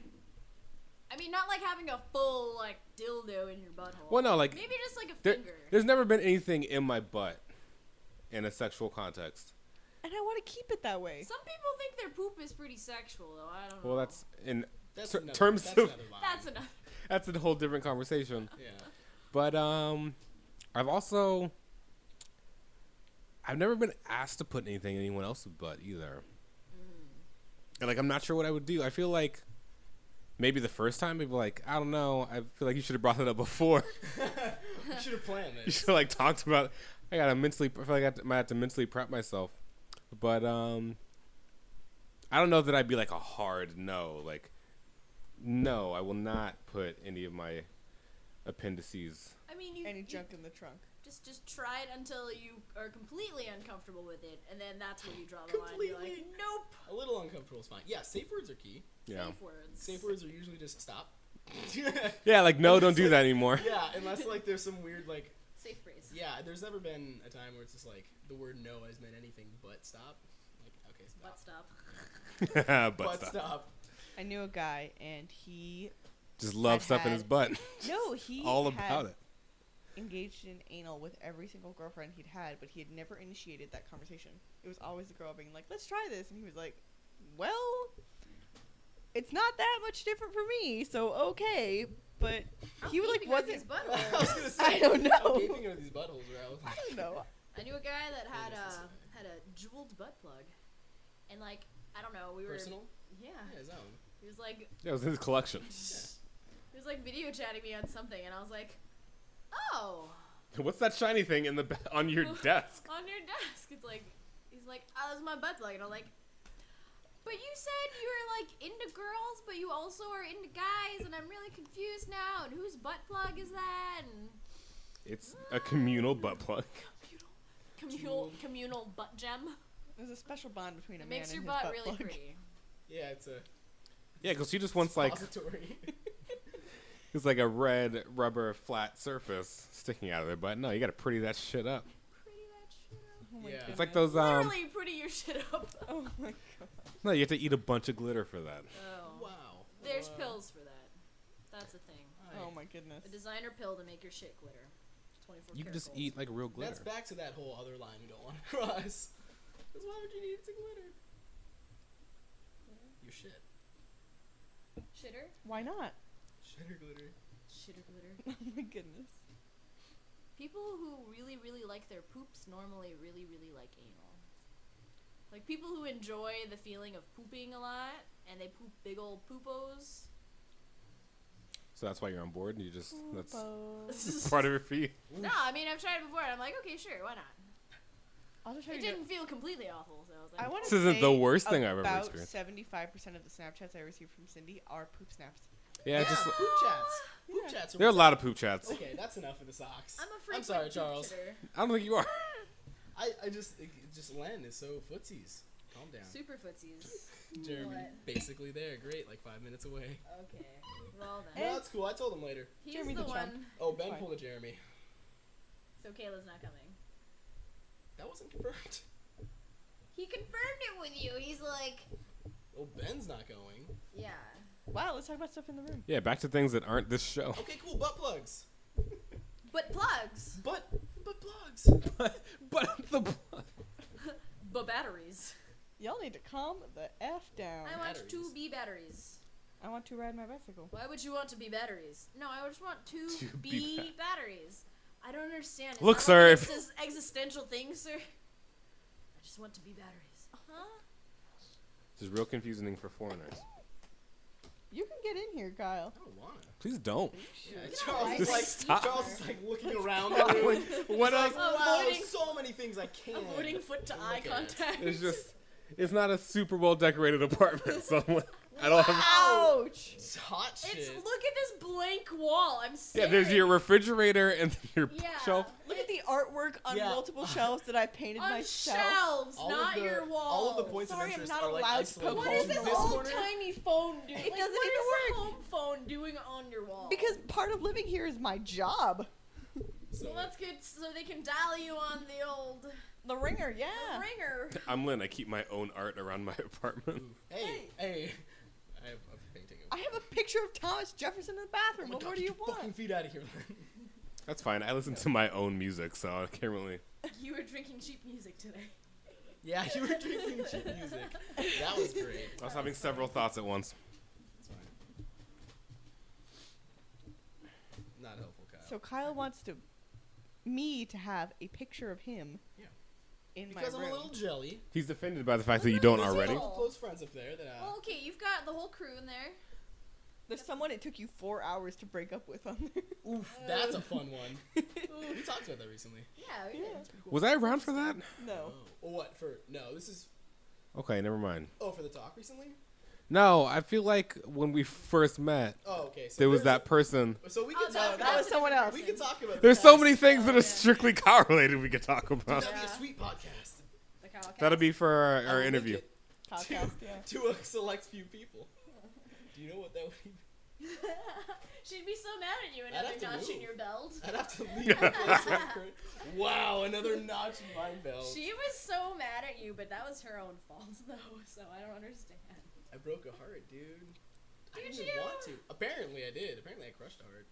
Speaker 3: I mean, not like having a full like dildo in your butthole.
Speaker 1: well, no, like
Speaker 3: Maybe just like a
Speaker 1: there-
Speaker 3: finger.
Speaker 1: there's never been anything in my butt in a sexual context.
Speaker 5: And I want to keep it that way.
Speaker 3: Some people think their poop is pretty sexual, though. I don't know.
Speaker 1: Well, that's in
Speaker 4: That's
Speaker 1: ter-
Speaker 4: another,
Speaker 1: terms
Speaker 4: that's
Speaker 1: of
Speaker 4: another line.
Speaker 3: that's enough.
Speaker 1: that's a whole different conversation.
Speaker 4: yeah.
Speaker 1: But um, I've also I've never been asked to put anything in anyone else's butt either. And like I'm not sure what I would do. I feel like maybe the first time people like I don't know. I feel like you should have brought that up before. <laughs>
Speaker 4: You should have planned
Speaker 1: you
Speaker 4: this.
Speaker 1: should have like talked about. I gotta mentally. I feel like I have to- might have to mentally prep myself. But um, I don't know that I'd be like a hard no. Like no, I will not put any of my appendices
Speaker 3: I mean, you,
Speaker 5: Any
Speaker 3: you
Speaker 5: junk in the trunk.
Speaker 3: just just try it until you are completely uncomfortable with it, and then that's where you draw the line. You're like,
Speaker 4: Completely.
Speaker 3: nope.
Speaker 4: A little uncomfortable is fine. Yeah, safe words are key.
Speaker 1: Yeah.
Speaker 3: Safe words.
Speaker 4: Safe words are usually just stop. <laughs>
Speaker 1: Yeah, like no, don't do
Speaker 4: It's
Speaker 5: <laughs>
Speaker 1: that anymore. <laughs>
Speaker 4: yeah, unless like there's some weird like
Speaker 3: Safe phrase.
Speaker 4: yeah, there's never been a time where it's just like the word no has meant anything but stop. Like okay, stop.
Speaker 3: Butt
Speaker 1: but
Speaker 3: stuff.
Speaker 4: But
Speaker 1: stuff.
Speaker 4: stop. <laughs>
Speaker 5: I knew a guy, and he
Speaker 1: Just love
Speaker 5: I've
Speaker 1: stuff in
Speaker 5: had-
Speaker 1: his butt.
Speaker 5: <laughs> no he
Speaker 1: All
Speaker 5: had
Speaker 1: about it.
Speaker 5: Engaged in anal with every single girlfriend he'd had, but he had never initiated that conversation. It was always the girl being like, "Let's try this," and he was like, "Well, it's not that much different for me, so okay." But
Speaker 3: I'm
Speaker 5: he like
Speaker 3: peeping on these
Speaker 5: wasn't.
Speaker 4: <laughs>
Speaker 3: buttholes.
Speaker 4: I was gonna say.
Speaker 5: I don't
Speaker 4: I'm
Speaker 5: know.
Speaker 4: gaping at these buttholes, where I was
Speaker 5: I
Speaker 4: like,
Speaker 5: don't know.
Speaker 3: I knew a guy that had
Speaker 4: What is
Speaker 3: a had a jeweled butt plug, and like I don't know, we were
Speaker 4: <laughs> personal.
Speaker 3: yeah.
Speaker 4: Yeah, his own.
Speaker 3: He was like
Speaker 1: That was in his collection.
Speaker 3: he was like video chatting me on something, and I was like, oh,
Speaker 1: What's that shiny thing in the ba- on
Speaker 5: <laughs>
Speaker 1: your desk?
Speaker 3: <laughs> on your desk. It's like he's like, oh, that's my butt plug, and I'm like. But you said you were like into girls, but you also are into guys, and I'm really confused now. And whose butt plug is that? And
Speaker 1: It's a communal butt
Speaker 5: <laughs>
Speaker 1: plug.
Speaker 3: communal, communal butt gem.
Speaker 5: There's a special bond between a
Speaker 3: It
Speaker 5: man
Speaker 3: makes
Speaker 5: and
Speaker 3: your butt,
Speaker 5: his butt
Speaker 3: really
Speaker 5: plug.
Speaker 3: pretty.
Speaker 4: Yeah, it's a
Speaker 1: Yeah, because he just wants like
Speaker 4: repository. <laughs>
Speaker 1: it's like a red rubber flat surface sticking out of their butt. No, you gotta pretty that shit up.
Speaker 3: Pretty that shit up.
Speaker 5: <laughs> Oh my
Speaker 4: Yeah.
Speaker 5: goodness.
Speaker 1: It's like those um.
Speaker 3: Literally pretty your shit up.
Speaker 5: Oh my god.
Speaker 1: No, you have to eat a bunch of glitter for that.
Speaker 3: <laughs> Oh.
Speaker 4: wow. Uh,
Speaker 3: There's
Speaker 4: Wow.
Speaker 3: pills for that. That's a thing.
Speaker 4: Hi.
Speaker 5: Oh my goodness.
Speaker 3: A designer pill to make your shit glitter. 24
Speaker 1: You can just
Speaker 3: karat gold.
Speaker 1: eat like real glitter.
Speaker 4: That's back to that whole other line you don't want to <laughs> cross. Because why would you need to glitter? Your shit.
Speaker 3: Shitter?
Speaker 5: Why not? <laughs>
Speaker 4: Shit or glitter.
Speaker 3: Shitter glitter.
Speaker 5: Oh my goodness.
Speaker 3: People who really, really like their poops normally really, really like anal. Like people who enjoy the feeling of pooping a lot and they poop big old poopos. <laughs>
Speaker 1: So that's why you're on board, and you just that's
Speaker 5: Both.
Speaker 1: part
Speaker 3: <laughs>
Speaker 1: of your
Speaker 5: <laughs>
Speaker 1: fee.
Speaker 3: no, I mean, I've tried it before and I'm like, okay, sure, why not?
Speaker 5: I'll just show
Speaker 3: It
Speaker 5: you.
Speaker 3: didn't feel completely awful, so I was like,
Speaker 5: I want
Speaker 1: This isn't the worst thing I've ever
Speaker 5: about
Speaker 1: experienced.
Speaker 5: Seventy-five percent of the Snapchats I receive from Cindy are poop snaps.
Speaker 1: Yeah, just
Speaker 4: poop chats. Poop chats. Are
Speaker 1: there are a lot of poop chats.
Speaker 4: <laughs> Okay, that's enough of the socks.
Speaker 3: I'm a freak.
Speaker 4: I'm sorry,
Speaker 3: with poop
Speaker 4: Charles.
Speaker 3: shitter.
Speaker 1: I don't think you are. <laughs>
Speaker 4: I, I just it, it just Len is so footsies. Calm down.
Speaker 3: Super footsies.
Speaker 4: Jeremy,
Speaker 3: What?
Speaker 4: basically there. Great, like five minutes
Speaker 3: <laughs>
Speaker 4: away.
Speaker 3: Okay. Well then.
Speaker 4: No, that's cool. I told him later.
Speaker 3: He's
Speaker 5: Jeremy
Speaker 3: the
Speaker 5: the Chump.
Speaker 3: one.
Speaker 4: Oh, Ben
Speaker 5: Fine.
Speaker 4: pulled a Jeremy.
Speaker 3: So Kayla's not coming.
Speaker 4: That wasn't confirmed. <laughs>
Speaker 3: He confirmed it with you. He's like,
Speaker 4: Oh, Ben's not going.
Speaker 3: yeah.
Speaker 5: Wow, let's talk about stuff in the room.
Speaker 1: Yeah, back to things that aren't this show.
Speaker 4: Okay, cool. Butt plugs.
Speaker 3: But plugs.
Speaker 4: But but plugs.
Speaker 1: <laughs> but the plug.
Speaker 3: But batteries.
Speaker 5: Y'all need to calm the f down.
Speaker 3: I want two
Speaker 4: batteries.
Speaker 3: B batteries.
Speaker 5: I want to ride my bicycle.
Speaker 3: Why would you want to be batteries? No, I just want two,
Speaker 1: Two
Speaker 3: B,
Speaker 1: B
Speaker 3: batteries. I don't understand. It's
Speaker 1: Look,
Speaker 3: not
Speaker 1: sir,
Speaker 3: Like
Speaker 1: if-
Speaker 3: this existential thing, sir. I just Uh-huh. want to be batteries. Huh?
Speaker 1: This is real confusing for foreigners.
Speaker 5: You can get in here, Kyle.
Speaker 4: I don't wanna.
Speaker 1: Please don't.
Speaker 4: Yeah, Charles is
Speaker 1: I-
Speaker 4: like
Speaker 1: Stop.
Speaker 4: Charles is like looking
Speaker 5: <laughs>
Speaker 4: around the room.
Speaker 1: What
Speaker 4: Like,
Speaker 1: else?
Speaker 4: wow,
Speaker 3: Avoiding-
Speaker 4: so many things I can't.
Speaker 3: Avoiding foot to eye
Speaker 4: Okay.
Speaker 3: contact.
Speaker 1: It's just, it's not a super well decorated apartment. So I'm like, I don't have.
Speaker 5: Ouch!
Speaker 4: It's hot shit.
Speaker 3: It's look at this blank wall. I'm
Speaker 1: Yeah,
Speaker 3: staring.
Speaker 1: there's your refrigerator and your
Speaker 3: Yeah.
Speaker 1: shelf.
Speaker 5: Look at the artwork on
Speaker 4: Yeah.
Speaker 5: multiple shelves that I painted
Speaker 3: on
Speaker 5: myself.
Speaker 3: shelves,
Speaker 4: All of
Speaker 3: not
Speaker 4: the-
Speaker 3: your walls.
Speaker 4: All of the points
Speaker 5: Sorry,
Speaker 4: of
Speaker 5: I'm
Speaker 4: interest
Speaker 5: not
Speaker 4: are like
Speaker 5: allowed to
Speaker 4: isolated
Speaker 5: poke
Speaker 3: What
Speaker 4: to
Speaker 5: holes
Speaker 3: is
Speaker 5: in
Speaker 3: this
Speaker 5: this
Speaker 3: old
Speaker 4: corner.
Speaker 3: tiny phone doing?
Speaker 5: It
Speaker 3: Like,
Speaker 5: doesn't
Speaker 3: what
Speaker 5: even
Speaker 3: is
Speaker 5: work.
Speaker 3: a home phone doing on your wall?
Speaker 5: Because part of living here is my job.
Speaker 3: so let's get so they can dial you on the old
Speaker 5: The ringer,
Speaker 4: <laughs>
Speaker 5: yeah.
Speaker 3: ringer.
Speaker 1: I'm Lynn. I keep my own art around my <laughs> apartment.
Speaker 4: Hey, hey. I have a painting.
Speaker 5: I have a picture of Thomas Jefferson in the
Speaker 4: Oh
Speaker 5: bathroom. what more do you
Speaker 4: Fucking
Speaker 5: want?
Speaker 4: feet out of here. Lynn.
Speaker 1: That's fine. I listen to my own music, so I can't really.
Speaker 3: You were drinking cheap music today.
Speaker 4: <laughs> yeah, you were drinking cheap music. That was great.
Speaker 1: I was having several thoughts at once.
Speaker 4: That's fine. Not helpful, Kyle.
Speaker 5: So Kyle wants to me to have a picture of him
Speaker 4: Yeah.
Speaker 5: in
Speaker 4: because
Speaker 5: my
Speaker 4: I'm
Speaker 5: room.
Speaker 4: a little jelly.
Speaker 1: He's offended by the fact that you don't
Speaker 3: Is he
Speaker 1: already.
Speaker 4: I have
Speaker 3: Oh.
Speaker 4: close friends up there that. Uh,
Speaker 3: Well, okay, you've got the whole crew in there.
Speaker 5: There's someone it took you four hours to break up with on there. <laughs>
Speaker 4: Oof, that's a fun one. we talked about that recently.
Speaker 3: Yeah, we did.
Speaker 1: Was I around for that?
Speaker 5: No.
Speaker 4: Or what for? No, this is
Speaker 1: Okay, never mind.
Speaker 4: oh for the talk recently.
Speaker 1: No, I feel like when we first met,
Speaker 4: Oh, okay. So
Speaker 1: there was
Speaker 4: there's-
Speaker 1: that person.
Speaker 4: So we
Speaker 3: Oh,
Speaker 4: could
Speaker 3: no,
Speaker 4: talk.
Speaker 5: That
Speaker 4: about,
Speaker 5: was someone else.
Speaker 4: we could talk about.
Speaker 1: There's
Speaker 4: the
Speaker 1: so
Speaker 4: past.
Speaker 1: many things that
Speaker 3: Oh,
Speaker 1: are
Speaker 3: yeah.
Speaker 1: stricely correlated we could talk about.
Speaker 4: That'd be a
Speaker 3: Yeah.
Speaker 4: sweet podcast.
Speaker 3: The cow cat. <laughs>
Speaker 1: That'll be for our,
Speaker 4: I will
Speaker 1: our
Speaker 4: link
Speaker 1: interview.
Speaker 4: it
Speaker 5: Podcast, yeah.
Speaker 4: to a select few people. Do you know what that would be?
Speaker 3: She'd be so mad at you,
Speaker 4: I'd have
Speaker 3: another
Speaker 4: to
Speaker 3: notch in
Speaker 4: move.
Speaker 3: your belt.
Speaker 4: I'd
Speaker 1: <laughs>
Speaker 4: have to leave. the place I'm current- wow, another notch in my belt.
Speaker 3: She was so mad at you, but that was her own fault, <laughs> though, so I don't understand.
Speaker 4: I broke a heart, dude. I
Speaker 3: Did
Speaker 4: didn't even want
Speaker 3: you?
Speaker 4: to. Apparently, I did. Apparently, I crushed a heart.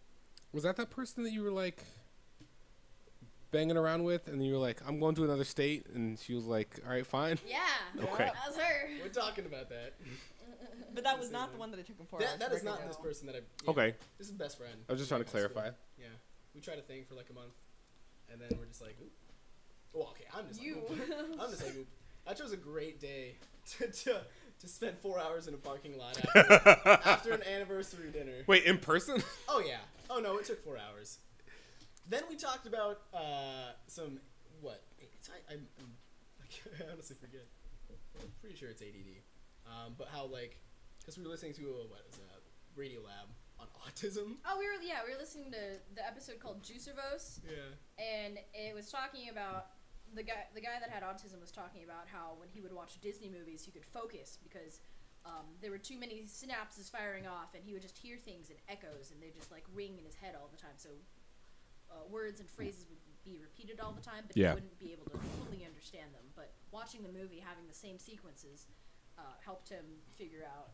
Speaker 1: Was that that person that you were like banging around with, and you were like, "I'm going to another state," and she was like, "All right, fine."
Speaker 3: Yeah.
Speaker 1: Okay.
Speaker 3: That was her.
Speaker 4: We're talking about that.
Speaker 5: But that was
Speaker 4: Same
Speaker 5: not the
Speaker 4: one.
Speaker 5: one that it took him four hours
Speaker 4: That, that
Speaker 5: to
Speaker 4: is
Speaker 5: break up
Speaker 4: not
Speaker 5: with.
Speaker 4: this person that I. yeah.
Speaker 1: Okay,
Speaker 4: This is best friend.
Speaker 1: I was just trying to
Speaker 4: High school.
Speaker 1: clarify.
Speaker 4: Yeah, we tried a thing for like a month, and then we're just like, oop. Well, okay, I'm just
Speaker 3: You.
Speaker 4: like, oop. I'm just like, oop. That was a great day <laughs> to, to, to spend four hours in a parking lot
Speaker 1: <laughs>
Speaker 4: after, after an anniversary dinner.
Speaker 1: <laughs> Wait, in person?
Speaker 4: Oh yeah. Oh no, it took four hours. Then we talked about uh, some what? It's, I, I'm, I'm- <laughs> I can't- I honestly forget. I'm pretty sure it's ADD. Um, but how like, because we were listening to uh, what it was uh, Radio Lab on autism.
Speaker 3: Oh, we were yeah, we were listening to the episode called Juicervos,
Speaker 4: Yeah.
Speaker 3: and it was talking about the guy the guy that had autism was talking about how when he would watch Disney movies, he could focus because um, there were too many synapses firing off, and he would just hear things and echoes, and they just like ring in his head all the time. So uh, words and phrases would be repeated all the time, but
Speaker 1: Yeah.
Speaker 3: he wouldn't be able to fully understand them. But watching the movie, having the same sequences, uh, helped him figure out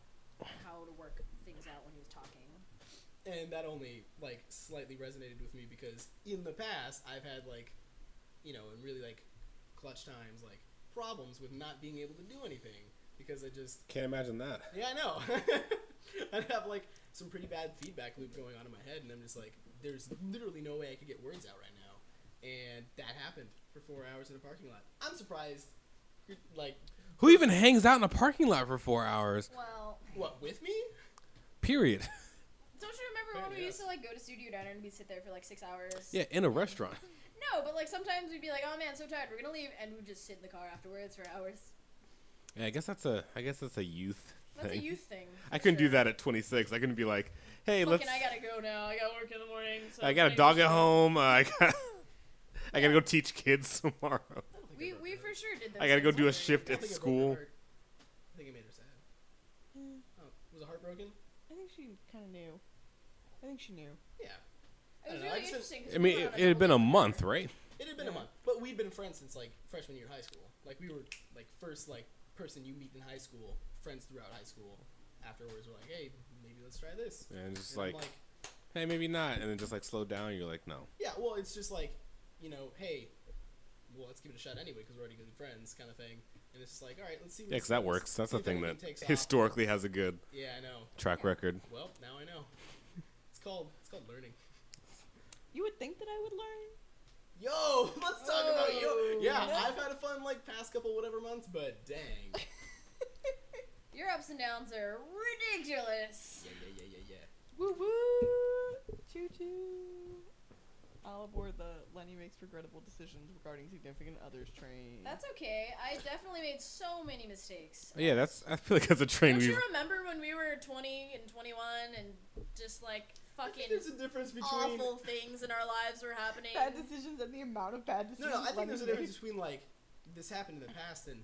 Speaker 3: how to work things out when he was talking.
Speaker 4: and that only like slightly resonated with me because in the past I've had like, you know, in really like clutch times like problems with not being able to do anything because I
Speaker 1: <laughs>
Speaker 4: just
Speaker 1: Can't imagine that.
Speaker 4: yeah I know <laughs> I'd have like some pretty bad feedback loop going on in my head and I'm just like there's literally no way I could get words out right now and that happened for four hours in a parking lot. I'm surprised, like
Speaker 1: Who even hangs out in a parking lot for four hours?
Speaker 3: Well,
Speaker 4: what with me?
Speaker 1: Period. <laughs>
Speaker 3: Don't you remember when
Speaker 4: Yeah.
Speaker 3: we used to like go to Studio Diner and we'd sit there for like six hours?
Speaker 1: Yeah, in a restaurant.
Speaker 3: No, but like sometimes we'd be like, oh man, so tired, we're gonna leave, and we'd just sit in the car afterwards for hours.
Speaker 1: Yeah, I guess that's a. I guess that's a youth
Speaker 3: That's
Speaker 1: thing.
Speaker 3: a youth thing.
Speaker 1: I couldn't do
Speaker 3: sure.
Speaker 1: that at 26. I couldn't be like, "Hey,
Speaker 3: Fucking,
Speaker 1: let's."
Speaker 3: I gotta go now. I got work in the morning. So
Speaker 1: I got a
Speaker 3: I'm
Speaker 1: dog
Speaker 3: gonna
Speaker 1: at
Speaker 3: go-
Speaker 1: home. Uh, I
Speaker 4: <laughs>
Speaker 1: got. I gotta go teach kids <laughs> tomorrow.
Speaker 3: We, we for sure did that.
Speaker 1: I gotta go do a shift at
Speaker 4: think I broke her
Speaker 1: school.
Speaker 4: heart. I think I made her sad.
Speaker 5: Mm.
Speaker 4: Oh, was it heartbroken?
Speaker 5: I think she kind of knew. I think she knew.
Speaker 4: Yeah.
Speaker 3: It
Speaker 4: I
Speaker 3: was
Speaker 4: don't know, I
Speaker 3: really
Speaker 4: just-
Speaker 3: interesting. 'cause
Speaker 1: I
Speaker 3: we
Speaker 1: mean,
Speaker 3: were
Speaker 1: it,
Speaker 3: on
Speaker 1: it had been a
Speaker 3: double date
Speaker 1: month,
Speaker 3: together.
Speaker 1: right?
Speaker 4: It had been a
Speaker 5: Yeah.
Speaker 4: month, but we'd been friends since like freshman year of high school. Like we were like first like person you meet in high school, friends throughout high school. Afterwards, we're like, hey, maybe let's try this.
Speaker 1: And it's just
Speaker 4: And I'm
Speaker 1: like, hey, maybe not. And then just like slow down. You're like, no.
Speaker 4: yeah, well, it's just like, you know, hey, well, let's give it a shot anyway because we're already good friends, kind of thing. And it's just like, all right, let's see.
Speaker 1: Yeah,
Speaker 4: what
Speaker 1: 'cause that works. That's
Speaker 4: See
Speaker 1: the
Speaker 4: if
Speaker 1: thing that <laughs>
Speaker 4: anything takes off.
Speaker 1: historically has a good
Speaker 4: Yeah, I know.
Speaker 1: track record.
Speaker 4: Well, now I know. It's called it's called learning.
Speaker 5: You would think that I would learn.
Speaker 4: Yo, <laughs> let's talk about yo.
Speaker 3: Oh.
Speaker 4: Yeah, I've had a fun like past couple whatever months, but dang.
Speaker 3: Your ups and downs are ridiculous.
Speaker 4: Yeah, yeah, yeah, yeah, yeah.
Speaker 5: Woo woo! Choo choo! All aboard the Lenny makes regrettable decisions regarding significant others train.
Speaker 3: That's okay. I definitely made so many mistakes.
Speaker 1: Yeah, that's. I feel like that's a train
Speaker 3: Don't
Speaker 1: we've.
Speaker 3: you remember when we were 20 and 21 and just like
Speaker 4: I think
Speaker 3: fucking
Speaker 4: there's a difference between.
Speaker 3: awful things in our lives were happening?
Speaker 5: bad decisions and the amount of bad
Speaker 4: No,
Speaker 5: decisions.
Speaker 4: no, I think
Speaker 5: Lenny
Speaker 4: there's a
Speaker 5: made.
Speaker 4: difference between like this happened in the past and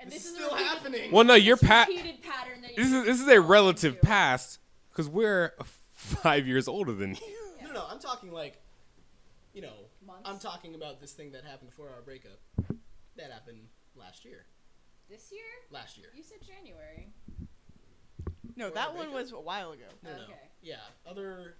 Speaker 3: And
Speaker 4: this,
Speaker 3: this,
Speaker 4: is
Speaker 3: a
Speaker 4: still
Speaker 3: repeated-
Speaker 4: happening.
Speaker 1: Well, no, your
Speaker 3: this
Speaker 1: pat.
Speaker 3: repeated pattern that you
Speaker 1: This is this is
Speaker 3: keep
Speaker 1: a
Speaker 3: falling
Speaker 1: relative
Speaker 3: into.
Speaker 1: past because we're five years older than you.
Speaker 4: <laughs> No, no, I'm talking like, you know,
Speaker 3: Months.
Speaker 4: I'm talking about this thing that happened before our breakup. That happened last year.
Speaker 3: This year?
Speaker 4: Last year.
Speaker 3: You said January.
Speaker 5: No,
Speaker 4: Or
Speaker 5: that
Speaker 4: the
Speaker 5: one
Speaker 4: bacon.
Speaker 5: was a while ago.
Speaker 4: No, no.
Speaker 3: Okay.
Speaker 4: Yeah. Other.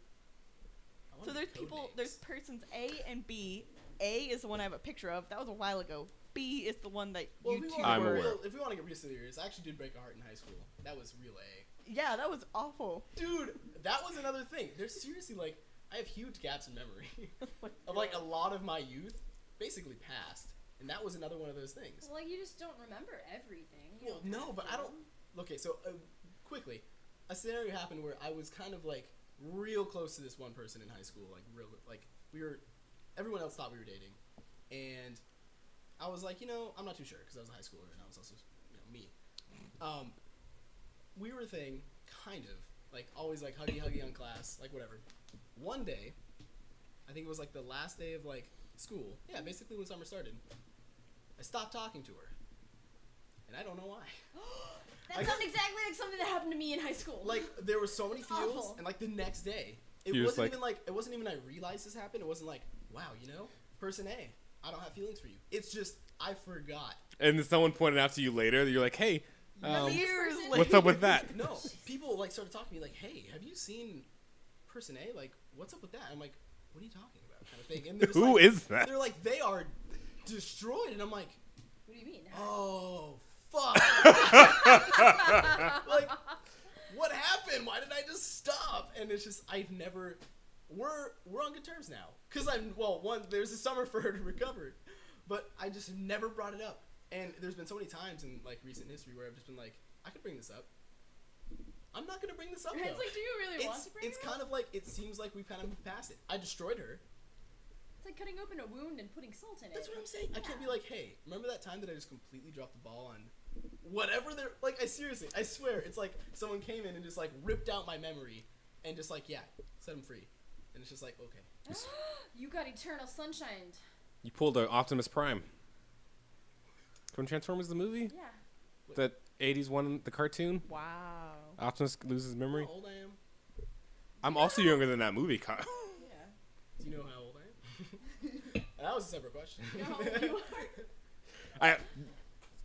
Speaker 4: I
Speaker 5: So
Speaker 4: wanted
Speaker 5: there's
Speaker 4: code
Speaker 5: people,
Speaker 4: names.
Speaker 5: there's persons A and B. A is the one I have a picture of. That was a while ago. B is the one that
Speaker 4: Well, if
Speaker 5: you
Speaker 4: we,
Speaker 5: two
Speaker 4: wanna,
Speaker 1: I'm
Speaker 5: were.
Speaker 1: aware.
Speaker 4: if we want to get real serious, I actually did break a heart in high school. That was real A.
Speaker 5: Yeah, that was awful. <laughs>
Speaker 4: Dude, that was another thing. There's seriously like, I have huge gaps in memory <laughs> of like a lot of my youth, basically past, and that was another one of those things.
Speaker 3: Well, like you just don't remember everything. You
Speaker 4: Well,
Speaker 3: don't
Speaker 4: no,
Speaker 3: have
Speaker 4: but
Speaker 3: to.
Speaker 4: I don't.
Speaker 3: <gasps>
Speaker 4: Okay, so uh, quickly, a scenario happened where I was kind of like real close to this one person in high school, like real, like we were. Everyone else thought we were dating, and I was like, you know, I'm not too sure because I was a high schooler and I was also, you know, me. Um, we were a thing, kind of like always like huggy huggy on class, like whatever. One day, I think it was like the last day of like school. Yeah, basically when summer started, I stopped talking to her, and I don't know why. <laughs>
Speaker 3: That
Speaker 4: I-
Speaker 3: sounds exactly like something that happened to me in high school.
Speaker 4: like there were so many
Speaker 3: It's
Speaker 4: feels
Speaker 3: awful.
Speaker 4: and like the next day it
Speaker 1: You're
Speaker 4: wasn't
Speaker 1: just like-
Speaker 4: even like it wasn't even i realized this happened it wasn't like wow you know person a i don't have feelings for you it's just i forgot
Speaker 1: And then someone pointed out to you later that you're like, hey,
Speaker 3: Remember
Speaker 1: um,
Speaker 3: this
Speaker 5: years
Speaker 3: person?
Speaker 5: later.
Speaker 1: what's up with
Speaker 4: <laughs>
Speaker 1: that? <laughs>
Speaker 4: no people like started talking to me like hey have you seen person a like what's up with that i'm like what are you talking about kind of thing and they're just
Speaker 1: Who
Speaker 4: like,
Speaker 1: is that?
Speaker 4: they're like they are destroyed and i'm like
Speaker 3: What do you mean?
Speaker 4: oh fuck like what happened why did i just stop and it's just i've never we're we're on good terms now because i'm well one there's a summer <laughs> for her to recover but i just never brought it up and there's been so many times in like recent history where i've just been like i could bring this up i'm not gonna bring this up
Speaker 3: <laughs> It's
Speaker 4: though.
Speaker 3: like, do you really want
Speaker 4: it's,
Speaker 3: to bring
Speaker 4: it's
Speaker 3: it
Speaker 4: kind
Speaker 3: up?
Speaker 4: of like it seems like we've kind of moved past it i destroyed her
Speaker 3: It's like cutting open a wound and putting salt in it.
Speaker 4: That's what I'm saying. I can't be like, hey, remember that time that I just completely dropped the ball on whatever they're like. I seriously, I swear, it's like someone came in and just like ripped out my memory and just like, yeah, set them free. And it's just like, okay,
Speaker 3: you got eternal sunshine.
Speaker 1: You pulled an Optimus Prime. From Transformers the movie?
Speaker 3: Yeah.
Speaker 1: That 80s one, the cartoon?
Speaker 5: Wow.
Speaker 1: Optimus loses memory.
Speaker 4: how old I am?
Speaker 1: I'm also younger than that movie, Kyle. <laughs>
Speaker 5: Yeah.
Speaker 4: Do you know how old I am? And that was a separate question. <laughs>
Speaker 3: You know how old you are?
Speaker 1: I,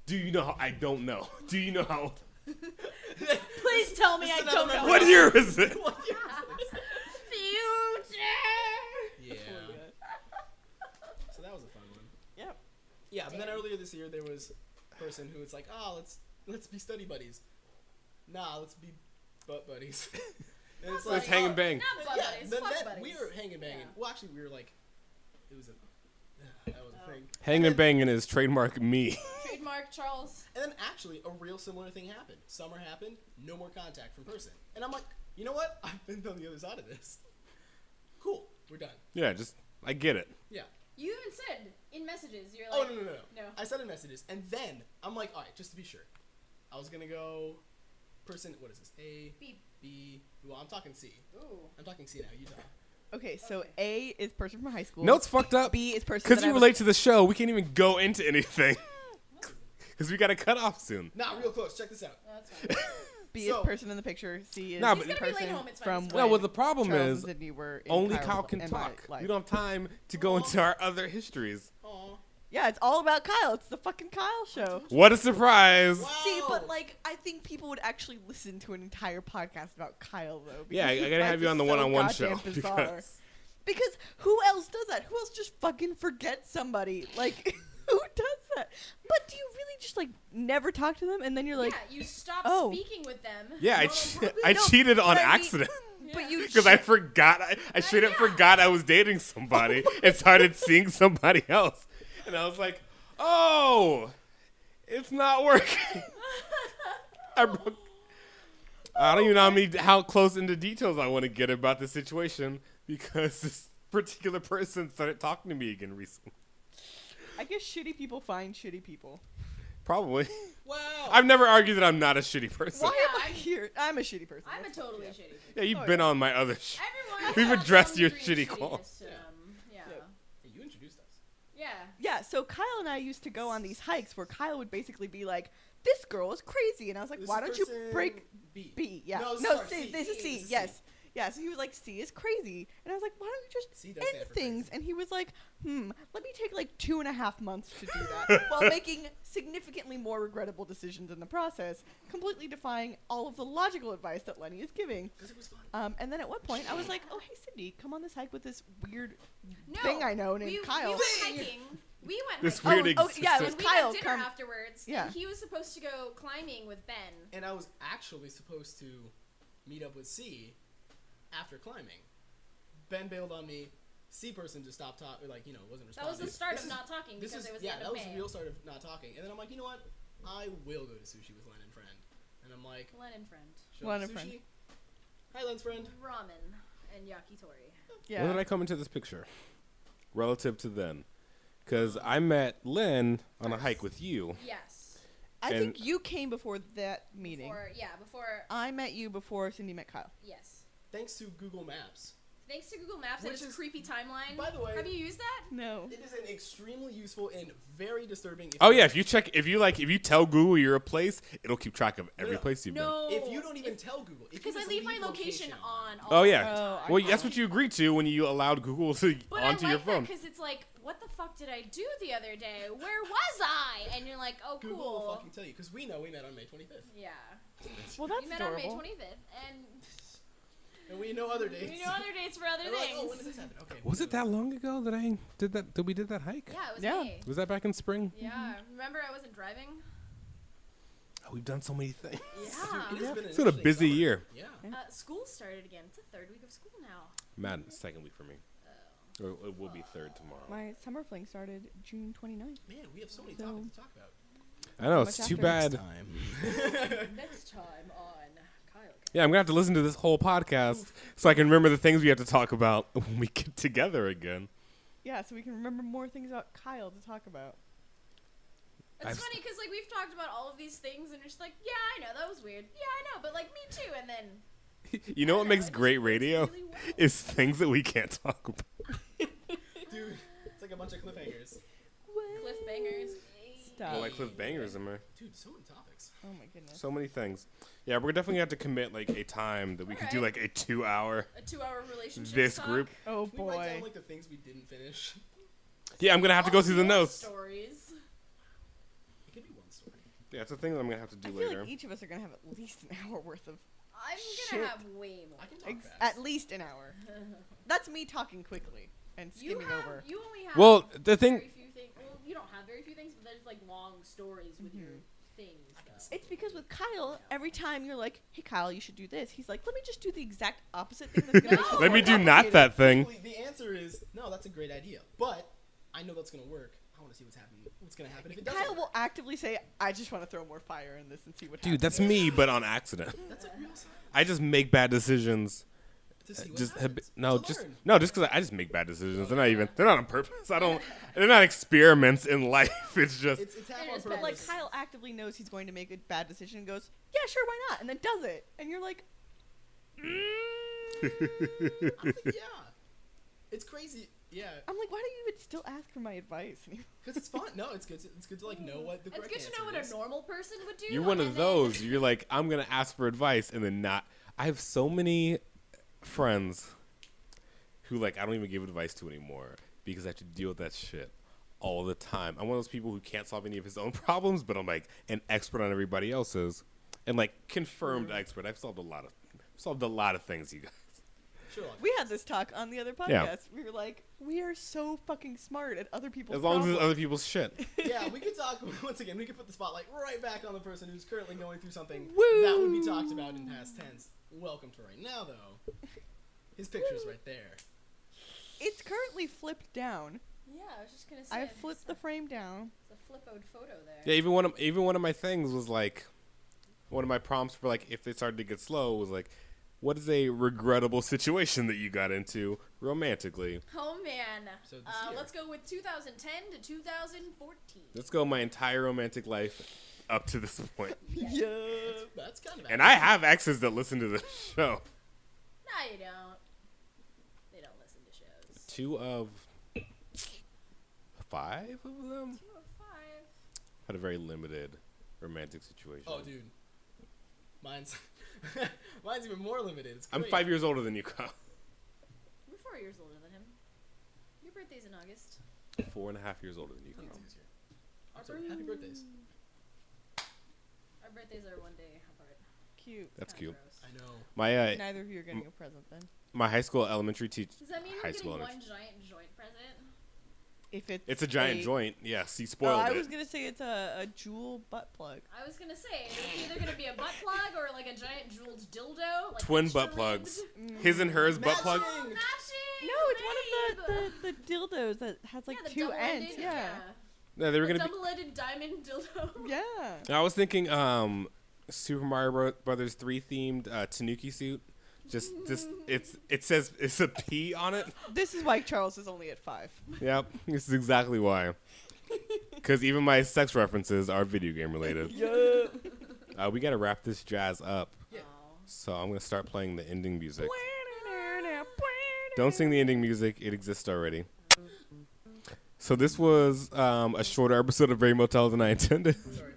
Speaker 1: do you know how? I don't know. <laughs> Do you know how?
Speaker 5: <laughs> Please tell me
Speaker 4: this
Speaker 5: I
Speaker 4: is another
Speaker 5: don't know.
Speaker 4: memory.
Speaker 1: What year is it?
Speaker 3: Future!
Speaker 4: yeah.
Speaker 5: Yeah.
Speaker 4: So that was a fun one.
Speaker 5: Yep.
Speaker 4: Yeah, but then earlier this year there was a person who was like, oh, let's let's be study buddies. Nah, let's be butt buddies. <laughs> and
Speaker 1: Let's
Speaker 4: it's
Speaker 3: Not
Speaker 4: like, uh,
Speaker 3: buddies.
Speaker 1: hang and bang.
Speaker 3: Not butt
Speaker 4: yeah,
Speaker 3: buddies,
Speaker 4: then
Speaker 3: fuck
Speaker 4: that-
Speaker 3: buddies.
Speaker 4: we were hanging banging.
Speaker 3: Yeah.
Speaker 4: Well, actually, we were like, it was a that
Speaker 3: Oh.
Speaker 4: was a thing.
Speaker 1: <laughs> Hangman banging is trademark me. <laughs>
Speaker 3: Trademark Charles.
Speaker 4: And then actually, a real similar thing happened. Summer happened. No more contact from person. And I'm like, you know what? <laughs> I've been on the other side of this. Cool. We're done.
Speaker 1: Yeah, just I get it.
Speaker 4: Yeah.
Speaker 3: You even said in messages, you're
Speaker 4: Oh
Speaker 3: like,
Speaker 4: no no no no.
Speaker 3: No.
Speaker 4: I sent in messages, and then I'm like, all right, just to be sure, I was gonna go person. What is this? A
Speaker 3: Beep.
Speaker 4: B. Well, I'm talking C.
Speaker 3: Ooh.
Speaker 4: I'm talking C now. You talk.
Speaker 5: Okay, so A is person from high school.
Speaker 1: No, it's fucked up.
Speaker 5: B is person.
Speaker 1: Because
Speaker 5: that
Speaker 1: you
Speaker 5: I was-
Speaker 1: relate to the show, we can't even go into anything. <laughs> Because we got to cut off soon.
Speaker 4: Nah, real close. Check this out.
Speaker 3: No, that's fine.
Speaker 5: B
Speaker 4: So-
Speaker 5: is person in the picture. C is
Speaker 1: Nah,
Speaker 5: person
Speaker 1: but- He's
Speaker 3: gonna be late home, it's fine,
Speaker 5: from
Speaker 3: it's
Speaker 1: fine. No, well, the problem
Speaker 5: Charles
Speaker 1: is
Speaker 5: and Sydney were in
Speaker 1: Only
Speaker 5: Kyle's
Speaker 1: Kyle
Speaker 5: li-
Speaker 1: can
Speaker 5: and my
Speaker 1: talk.
Speaker 5: life.
Speaker 1: We don't have time to go into our other histories.
Speaker 4: Aw.
Speaker 5: Yeah, it's all about Kyle. It's the fucking Kyle show.
Speaker 1: What a surprise!
Speaker 4: Wow.
Speaker 5: See, but like, I think people would actually listen to an entire podcast about Kyle, though.
Speaker 1: Yeah, I- I
Speaker 5: because his
Speaker 1: gotta
Speaker 5: life
Speaker 1: have you
Speaker 5: is
Speaker 1: on the
Speaker 5: so
Speaker 1: one-on-one
Speaker 5: goddamn
Speaker 1: show, <laughs>
Speaker 5: bizarre.
Speaker 1: because-
Speaker 5: Because who else does that? Who else just fucking forgets somebody? Like, <laughs> who does that? But do you really just like never talk to them, and then you're like,
Speaker 3: yeah, you stopped
Speaker 5: oh.
Speaker 3: speaking with them.
Speaker 1: Yeah, I,
Speaker 4: No,
Speaker 1: che-
Speaker 4: bro,
Speaker 1: I
Speaker 5: no,
Speaker 1: cheated on
Speaker 5: but I mean- <laughs>
Speaker 1: accident
Speaker 5: but you
Speaker 1: because I
Speaker 5: cheat-
Speaker 1: forgot. I, I straight up
Speaker 3: yeah.
Speaker 1: forgot I was dating somebody
Speaker 5: <laughs>
Speaker 1: and started seeing somebody
Speaker 5: <laughs>
Speaker 1: else, and I was like, "Oh, it's not working." I broke. I don't even know how many how close into details I want to get about the situation because this particular person started talking to me again recently.
Speaker 5: I guess shitty people find shitty people. <laughs>
Speaker 1: Probably.
Speaker 4: Wow.
Speaker 1: I've never argued that I'm not a shitty person.
Speaker 5: Why am
Speaker 3: Yeah,
Speaker 5: I
Speaker 3: I'm-
Speaker 5: here? I'm a shitty person.
Speaker 3: I'm a
Speaker 5: That's-
Speaker 3: totally
Speaker 5: yeah.
Speaker 3: shitty. person.
Speaker 1: Yeah, you've
Speaker 5: Oh,
Speaker 1: been on my other. Sh-
Speaker 3: Everyone.
Speaker 1: We've
Speaker 3: has
Speaker 1: addressed
Speaker 3: some
Speaker 1: your
Speaker 3: degree
Speaker 1: shitty
Speaker 3: of
Speaker 1: calls.
Speaker 3: shittiness to them. Yeah.
Speaker 4: Yeah. you introduced us.
Speaker 3: Yeah.
Speaker 5: Yeah, so Kyle and I used to go on these hikes where Kyle would basically be like, "This girl is crazy," and I was like,
Speaker 4: This
Speaker 5: "Why
Speaker 4: is
Speaker 5: don't you
Speaker 4: person
Speaker 5: break
Speaker 4: B?
Speaker 5: B?" Yeah,
Speaker 4: No,
Speaker 5: no,
Speaker 4: this is our
Speaker 5: C,
Speaker 4: C. E,
Speaker 5: this is
Speaker 4: This
Speaker 5: C.
Speaker 4: is C.
Speaker 5: Yes, yeah. So he was like, "C is crazy," and I was like, "Why don't you just
Speaker 4: C does stand
Speaker 5: end
Speaker 4: for
Speaker 5: things?"
Speaker 4: crazy.
Speaker 5: And he was like, "Hmm, let me take like two and a half months to do
Speaker 4: <laughs>
Speaker 5: that while making significantly more regrettable decisions in the process, completely defying all of the logical advice that Lenny is giving."
Speaker 4: Because it was fun.
Speaker 5: Um, and then at one point, I was like, "Oh, hey, Cindy, come on this hike with this weird
Speaker 3: No.
Speaker 5: thing I know named
Speaker 3: we,
Speaker 5: Kyle."
Speaker 3: We went hiking. We went
Speaker 1: This
Speaker 3: hiking.
Speaker 1: weird
Speaker 5: Oh, oh, yeah,
Speaker 1: existence.
Speaker 5: it was
Speaker 3: and we
Speaker 5: Kyle,
Speaker 3: had dinner
Speaker 5: come-
Speaker 3: afterwards.
Speaker 5: Yeah.
Speaker 3: And he was supposed to go climbing with Ben.
Speaker 4: And I was actually supposed to meet up with C after climbing. Ben bailed on me. C person just stopped talking, like you know, wasn't
Speaker 3: That
Speaker 4: responding.
Speaker 3: was the start
Speaker 4: This
Speaker 3: of
Speaker 4: is-
Speaker 3: not talking
Speaker 4: This
Speaker 3: because
Speaker 4: is
Speaker 3: it was
Speaker 4: yeah,
Speaker 3: the
Speaker 4: that
Speaker 3: end
Speaker 4: was
Speaker 3: of
Speaker 4: the
Speaker 3: May.
Speaker 4: real start of not talking. And then I'm like, you know what? I will go to sushi with Len and friend. And I'm like,
Speaker 3: Lennon friend.
Speaker 4: show up
Speaker 5: Len
Speaker 4: to
Speaker 5: and
Speaker 4: sushi. Hi, Len's friend.
Speaker 3: Ramen and yakitori.
Speaker 5: yeah.
Speaker 1: When did I come into this picture? Relative to then. Because I met Lynn on a hike with you.
Speaker 3: Yes.
Speaker 5: I
Speaker 1: And-
Speaker 5: think you came before that meeting.
Speaker 3: Before, yeah, before
Speaker 5: I met you before Cindy met Kyle.
Speaker 3: yes.
Speaker 4: Thanks to Google Maps,
Speaker 3: Thanks to Google Maps
Speaker 4: Which
Speaker 3: and
Speaker 4: is-
Speaker 3: its creepy timeline.
Speaker 4: by the way-
Speaker 3: have you used that?
Speaker 5: No.
Speaker 4: it is an extremely useful and very disturbing.
Speaker 1: Oh yeah, if you check, if you like, if you tell Google you're a place, it'll keep track of every
Speaker 4: No.
Speaker 1: place you've
Speaker 3: No.
Speaker 4: If you don't even tell Google, if you
Speaker 3: because I
Speaker 4: just
Speaker 3: leave my location on.
Speaker 1: been. Oh
Speaker 3: all
Speaker 1: yeah.
Speaker 3: the time.
Speaker 5: Oh, I
Speaker 1: well,
Speaker 5: see.
Speaker 1: that's what you agreed to when you allowed Google to
Speaker 3: But
Speaker 1: onto
Speaker 3: I like
Speaker 1: your phone.
Speaker 3: because it's like, what the fuck did I do the other day? Where was I? And you're like, oh
Speaker 4: Google will
Speaker 3: cool.
Speaker 4: fucking tell you because we know we met on May 25th,
Speaker 3: Yeah.
Speaker 5: Well, that's
Speaker 3: we met
Speaker 5: adorable.
Speaker 3: on May 25th, and
Speaker 1: <laughs>
Speaker 4: and we know other dates.
Speaker 3: we know other dates for
Speaker 4: <laughs>
Speaker 3: other
Speaker 4: They're like, oh, when did
Speaker 3: things.
Speaker 4: this happen? Okay.
Speaker 1: was
Speaker 4: we
Speaker 1: it
Speaker 4: know.
Speaker 1: that long ago that I did that? That we did that hike?
Speaker 3: Yeah, it was
Speaker 5: Yeah.
Speaker 3: May.
Speaker 1: Was that back in spring?
Speaker 3: Yeah. Remember, I wasn't driving.
Speaker 1: Oh, we've done so many things.
Speaker 4: It
Speaker 3: Yeah.
Speaker 4: has been an
Speaker 1: It's been a
Speaker 4: interesting
Speaker 1: busy
Speaker 4: summer.
Speaker 1: year.
Speaker 4: Yeah.
Speaker 3: Uh, school started again. It's the third week of school now.
Speaker 1: Madden, second week for me. Or it will be third tomorrow.
Speaker 5: My summer fling started June 29th.
Speaker 4: Man, we have so many
Speaker 5: So-
Speaker 4: topics to talk about.
Speaker 1: I know
Speaker 5: much
Speaker 1: it's too
Speaker 5: after.
Speaker 1: bad.
Speaker 4: Time.
Speaker 3: Next time on Kyle.
Speaker 1: Yeah, I'm gonna have to listen to this whole podcast so I can remember the things we have to talk about <laughs> when we get together again.
Speaker 5: Yeah, so we can remember more things about Kyle to talk about.
Speaker 3: It's
Speaker 1: I've-
Speaker 3: funny because like we've talked about all of these things, and you're just like, yeah, I know that was weird. Yeah, I know, but like me too. And then
Speaker 1: You know
Speaker 3: I
Speaker 1: what
Speaker 3: don't
Speaker 1: makes
Speaker 3: it just
Speaker 1: great
Speaker 3: works
Speaker 1: radio
Speaker 3: really well.
Speaker 1: is things that we can't talk <laughs> about.
Speaker 4: <laughs> Dude, it's like a bunch of cliffhangers.
Speaker 3: Cliffbangers.
Speaker 5: Stop.
Speaker 1: like Cliff Bangers, am I?
Speaker 4: Dude, so many topics.
Speaker 5: Oh my goodness.
Speaker 1: So many things. Yeah, we're definitely gonna have to commit like a time that we could do like
Speaker 3: Alright.
Speaker 1: a two-hour
Speaker 3: A two-hour relationship.
Speaker 1: this
Speaker 3: talk.
Speaker 1: group.
Speaker 5: Oh
Speaker 4: Can we write down
Speaker 5: boy.
Speaker 4: like the things we didn't finish? <laughs>
Speaker 1: Oh, Yeah, I'm gonna have to go
Speaker 3: All
Speaker 1: through the
Speaker 3: your
Speaker 1: notes.
Speaker 3: Stories.
Speaker 4: It could be one story.
Speaker 1: Yeah, it's a thing that I'm gonna have to
Speaker 5: I
Speaker 1: do
Speaker 5: feel
Speaker 1: later.
Speaker 5: like each of us are going to have at least an <laughs> hour worth of.
Speaker 3: I'm gonna
Speaker 5: Shit.
Speaker 3: have way more.
Speaker 4: I can talk
Speaker 5: Ex-
Speaker 4: fast.
Speaker 5: at least
Speaker 3: <laughs>
Speaker 5: an hour. That's me talking quickly and
Speaker 3: You
Speaker 5: skimming
Speaker 3: have.
Speaker 5: over.
Speaker 3: You only have.
Speaker 1: Well, the
Speaker 3: very
Speaker 1: thing.
Speaker 3: few things. Well, you don't have very few things, but there's like long stories with your
Speaker 1: Mm-hmm.
Speaker 3: things. Though.
Speaker 5: It's because with Kyle, every time you're like, hey, Kyle, you should do this, he's like, let me just do the exact opposite thing
Speaker 1: <laughs>
Speaker 3: <laughs>
Speaker 5: that's going to
Speaker 1: Let me do not that thing.
Speaker 4: Actually, the answer is no. That's a great idea, but I know that's gonna work. I want to see what's happening. What's gonna happen if it doesn't?
Speaker 5: Kyle
Speaker 4: work.
Speaker 5: will actively say, I just want to throw more fire in this and see what happens.
Speaker 1: Dude, that's me, but on accident.
Speaker 4: That's a real sign.
Speaker 1: I just make bad decisions.
Speaker 4: To see what
Speaker 1: Uh, just
Speaker 4: happens.
Speaker 1: habi- no,
Speaker 4: to
Speaker 1: just
Speaker 4: learn.
Speaker 1: no, just because I, I just make bad decisions. They're not even. They're not on purpose. I don't. They're not experiments in life. <laughs> It's just.
Speaker 4: It's it's half
Speaker 3: It
Speaker 4: on
Speaker 3: is, but,
Speaker 4: purpose.
Speaker 5: But like Kyle actively knows he's going to make a bad decision and goes, "Yeah, sure, why not?" and then does it, and you're like,
Speaker 1: <laughs>
Speaker 4: I'm <laughs> like, yeah, it's crazy. Yeah,
Speaker 5: "I'm like, why do you even still ask for my advice?" <laughs> anymore?"
Speaker 4: because it's fun. No, it's good. To, it's good to like know what the
Speaker 3: It's
Speaker 4: correct
Speaker 3: good to know what
Speaker 4: answer
Speaker 3: a
Speaker 4: is.
Speaker 3: normal person would do.
Speaker 1: You're one of
Speaker 3: and then-
Speaker 1: those. You're like, I'm gonna ask for advice and then not. I have so many friends who like I don't even give advice to anymore because I have to deal with that shit all the time. I'm one of those people who can't solve any of his own <laughs> problems, but I'm like an expert on everybody else's, and like confirmed expert. I've solved a lot of solved a lot of things, you guys.
Speaker 4: Sherlock.
Speaker 3: <laughs>
Speaker 5: We had this talk on the other podcast.
Speaker 1: Yeah.
Speaker 5: We were like, "We are so fucking smart at other people's
Speaker 1: As long as it's
Speaker 5: problems."
Speaker 1: other people's shit.
Speaker 4: yeah, we could talk <laughs> once again. We could put the spotlight right back on the person who's currently going through something
Speaker 5: Woo!
Speaker 4: that would be talked about in past tense. Welcome to right now, though. His picture's right there.
Speaker 5: it's currently flipped down.
Speaker 3: <laughs> Yeah, I was just gonna say.
Speaker 5: I
Speaker 3: it's
Speaker 5: flipped the frame down.
Speaker 3: a flip-owed photo there.
Speaker 1: Yeah, even one of even one of my things was like, one of my prompts for like if it started to get slow was like, what is a regrettable situation that you got into romantically?
Speaker 3: Oh man.
Speaker 4: So this
Speaker 3: uh,
Speaker 4: year.
Speaker 3: let's go with 2010 to 2014.
Speaker 1: Let's go my entire romantic life up to this point.
Speaker 5: Yeah.
Speaker 4: That's kind of.
Speaker 1: Uh, And I have exes that listen to the show.
Speaker 3: No, you don't. They don't listen to shows.
Speaker 1: Two of five of them
Speaker 3: Two of five.
Speaker 1: had a very limited romantic situation.
Speaker 4: Oh, dude. Mine's <laughs> mine's even more limited. It's
Speaker 1: I'm
Speaker 4: great.
Speaker 1: five years older than you, Kyle.
Speaker 3: We're four years older than him. Your birthday's in August.
Speaker 1: Four and a half years older than you,
Speaker 4: Oh,
Speaker 1: Kyle.
Speaker 4: it's easier. So, happy birthdays.
Speaker 3: Our birthdays are one day apart.
Speaker 5: Cute.
Speaker 1: That's
Speaker 3: Kinda
Speaker 1: cute.
Speaker 3: gross.
Speaker 4: I know.
Speaker 1: My uh,
Speaker 5: Neither of you are getting a present then.
Speaker 1: my high school elementary teacher.
Speaker 3: Does that mean
Speaker 1: High
Speaker 3: we're
Speaker 1: school
Speaker 3: getting
Speaker 1: energy.
Speaker 3: one giant joint present?
Speaker 5: If it's
Speaker 1: It's a giant
Speaker 5: a-
Speaker 1: joint. Yes, he
Speaker 5: No,
Speaker 1: spoiled
Speaker 5: I
Speaker 1: it.
Speaker 5: was gonna say it's a, a jewel butt plug.
Speaker 3: I was gonna say it's either gonna be a butt plug or like a giant jeweled dildo. Like
Speaker 1: Twin
Speaker 3: extra
Speaker 1: butt plugs.
Speaker 3: ribbed.
Speaker 1: His and hers butt
Speaker 4: Matching!
Speaker 1: plug.
Speaker 3: Oh, <laughs> matching.
Speaker 5: No, it's one
Speaker 3: babe!
Speaker 5: of the, the, the dildos that has like
Speaker 3: yeah, the
Speaker 5: two
Speaker 3: double-ended-
Speaker 5: ends. Yeah.
Speaker 1: No, they were
Speaker 3: The
Speaker 1: gonna be.
Speaker 3: double-ended diamond dildo.
Speaker 5: <laughs> Yeah.
Speaker 1: I was thinking, um, Super Mario Bro- Brothers three themed uh, Tanuki suit. Just, just it's it says it's a P on it.
Speaker 5: This is why Charles is only at five.
Speaker 1: Yep, this is exactly why. Because even my sex references are video game related.
Speaker 5: Yeah.
Speaker 1: Uh, we gotta wrap this jazz up,
Speaker 4: Yeah.
Speaker 1: so I'm gonna start playing the ending music. Don't sing the ending music; it exists already. So this was um, a shorter episode of Rainbow Motel than I intended.
Speaker 4: Sorry.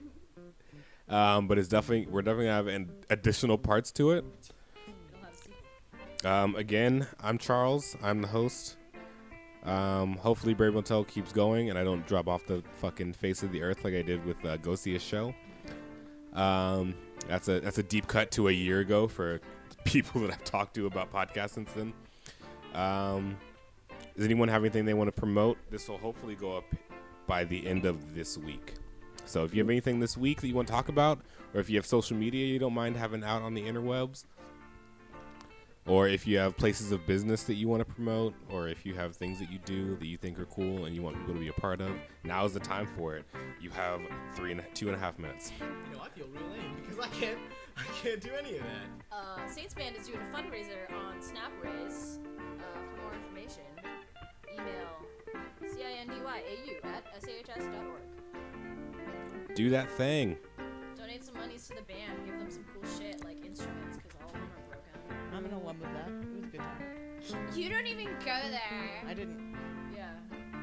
Speaker 1: um, but it's definitely we're definitely gonna have an additional parts to it.
Speaker 3: It'll have a sequel.
Speaker 1: Um, again, I'm Charles. I'm the host. Um, hopefully, Brave Motel keeps going, and I don't drop off the fucking face of the earth like I did with uh, Go See a Show. Um, that's a that's a deep cut to a year ago for <laughs> people that I've talked to about podcasts since then. Um, does anyone have anything they want to promote? This will hopefully go up by the end of this week. So if you have anything this week that you want to talk about, or if you have social media you don't mind having out on the interwebs, or if you have places of business that you want to promote, or if you have things that you do that you think are cool and you want people to be a part of, now is the time for it. You have three and two and a half minutes.
Speaker 4: You know, I feel real lame because I can't. <laughs> I can't do any of that.
Speaker 3: Uh, Saints Band is doing a fundraiser on SnapRaise. Uh, for more information, email cindyaau at shs.org.
Speaker 1: Do that thing.
Speaker 3: Donate some monies to the band. Give them some cool shit like instruments, because all of them are broken.
Speaker 5: I'm an alum of that. It was a good time.
Speaker 3: You don't even go there.
Speaker 5: I didn't.
Speaker 3: Yeah.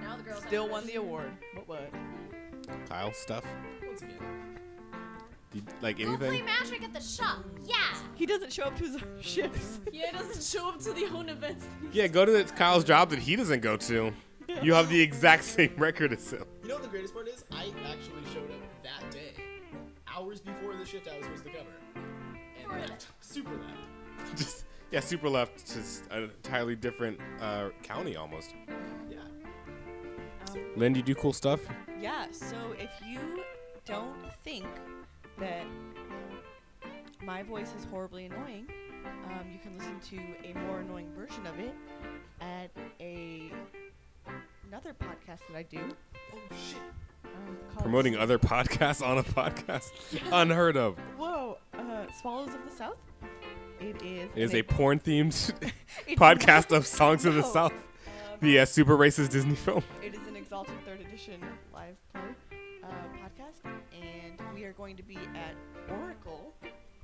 Speaker 3: Now the girls have
Speaker 5: Still
Speaker 3: to
Speaker 5: won the
Speaker 3: register.
Speaker 5: award. What <laughs> what?
Speaker 1: Kyle stuff.
Speaker 4: Once again.
Speaker 1: Do you- like
Speaker 3: Go play
Speaker 1: anything?
Speaker 3: magic at the shop. Yeah.
Speaker 5: He doesn't show up to his <laughs> own shifts.
Speaker 3: <laughs> Yeah, it doesn't show up to the own events.
Speaker 1: Yeah, go to the, Kyle's job that he doesn't go to. You have the exact <laughs> same record as him.
Speaker 4: You know what the greatest part is? I actually showed up that day, hours before the shift I was supposed to cover, and left. Super left.
Speaker 1: Just yeah, super left. Just an entirely different uh, county almost.
Speaker 4: Yeah.
Speaker 1: Lynn, do you do cool stuff?
Speaker 5: Yeah, so if you don't think that my voice is horribly annoying, um, you can listen to a more annoying version of it at a another podcast that I do.
Speaker 4: Oh shit.
Speaker 5: Um, called
Speaker 1: Promoting other podcasts on a <laughs> podcast, unheard of.
Speaker 5: Whoa, uh, Swallows of the South. It is.
Speaker 1: It is
Speaker 5: an-
Speaker 1: a porn themed
Speaker 5: it's
Speaker 1: podcast
Speaker 5: not-
Speaker 1: of Songs of the
Speaker 5: No.
Speaker 1: South,
Speaker 5: Um,
Speaker 1: the uh, super racist Disney film.
Speaker 5: It is an Exalted Third Edition live play uh, podcast, and we are going to be at Oracle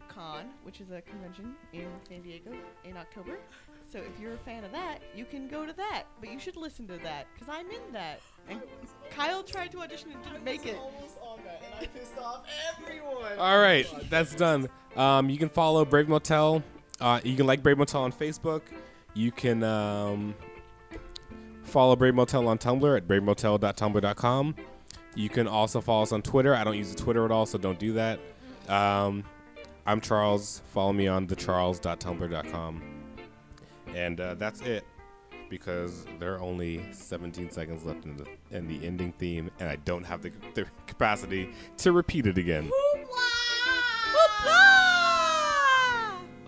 Speaker 5: Con, which is a convention in San Diego in October. So if you're a fan of that, you can go to that, but you should listen to that because I'm in that. And Kyle tried to audition and didn't make
Speaker 4: I was
Speaker 5: it.
Speaker 4: almost on that, and I pissed off everyone.
Speaker 1: All right, that's done. Um, you can follow Brave Motel. Uh, you can like Brave Motel on Facebook. You can um, follow Brave Motel on Tumblr at bravemotel.tumblr.com. You can also follow us on Twitter. I don't use the Twitter at all, so don't do that. Um, I'm Charles. Follow me on thecharles.tumblr.com. And uh, that's it because there are only 17 seconds left in the, in the ending theme, and I don't have the, the capacity to repeat it again.
Speaker 4: Bye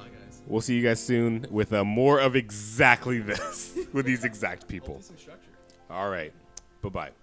Speaker 4: guys.
Speaker 1: We'll see you guys soon with uh, more of exactly this <laughs> with these exact people.
Speaker 4: Hopefully some structure.
Speaker 1: All right. Bye bye.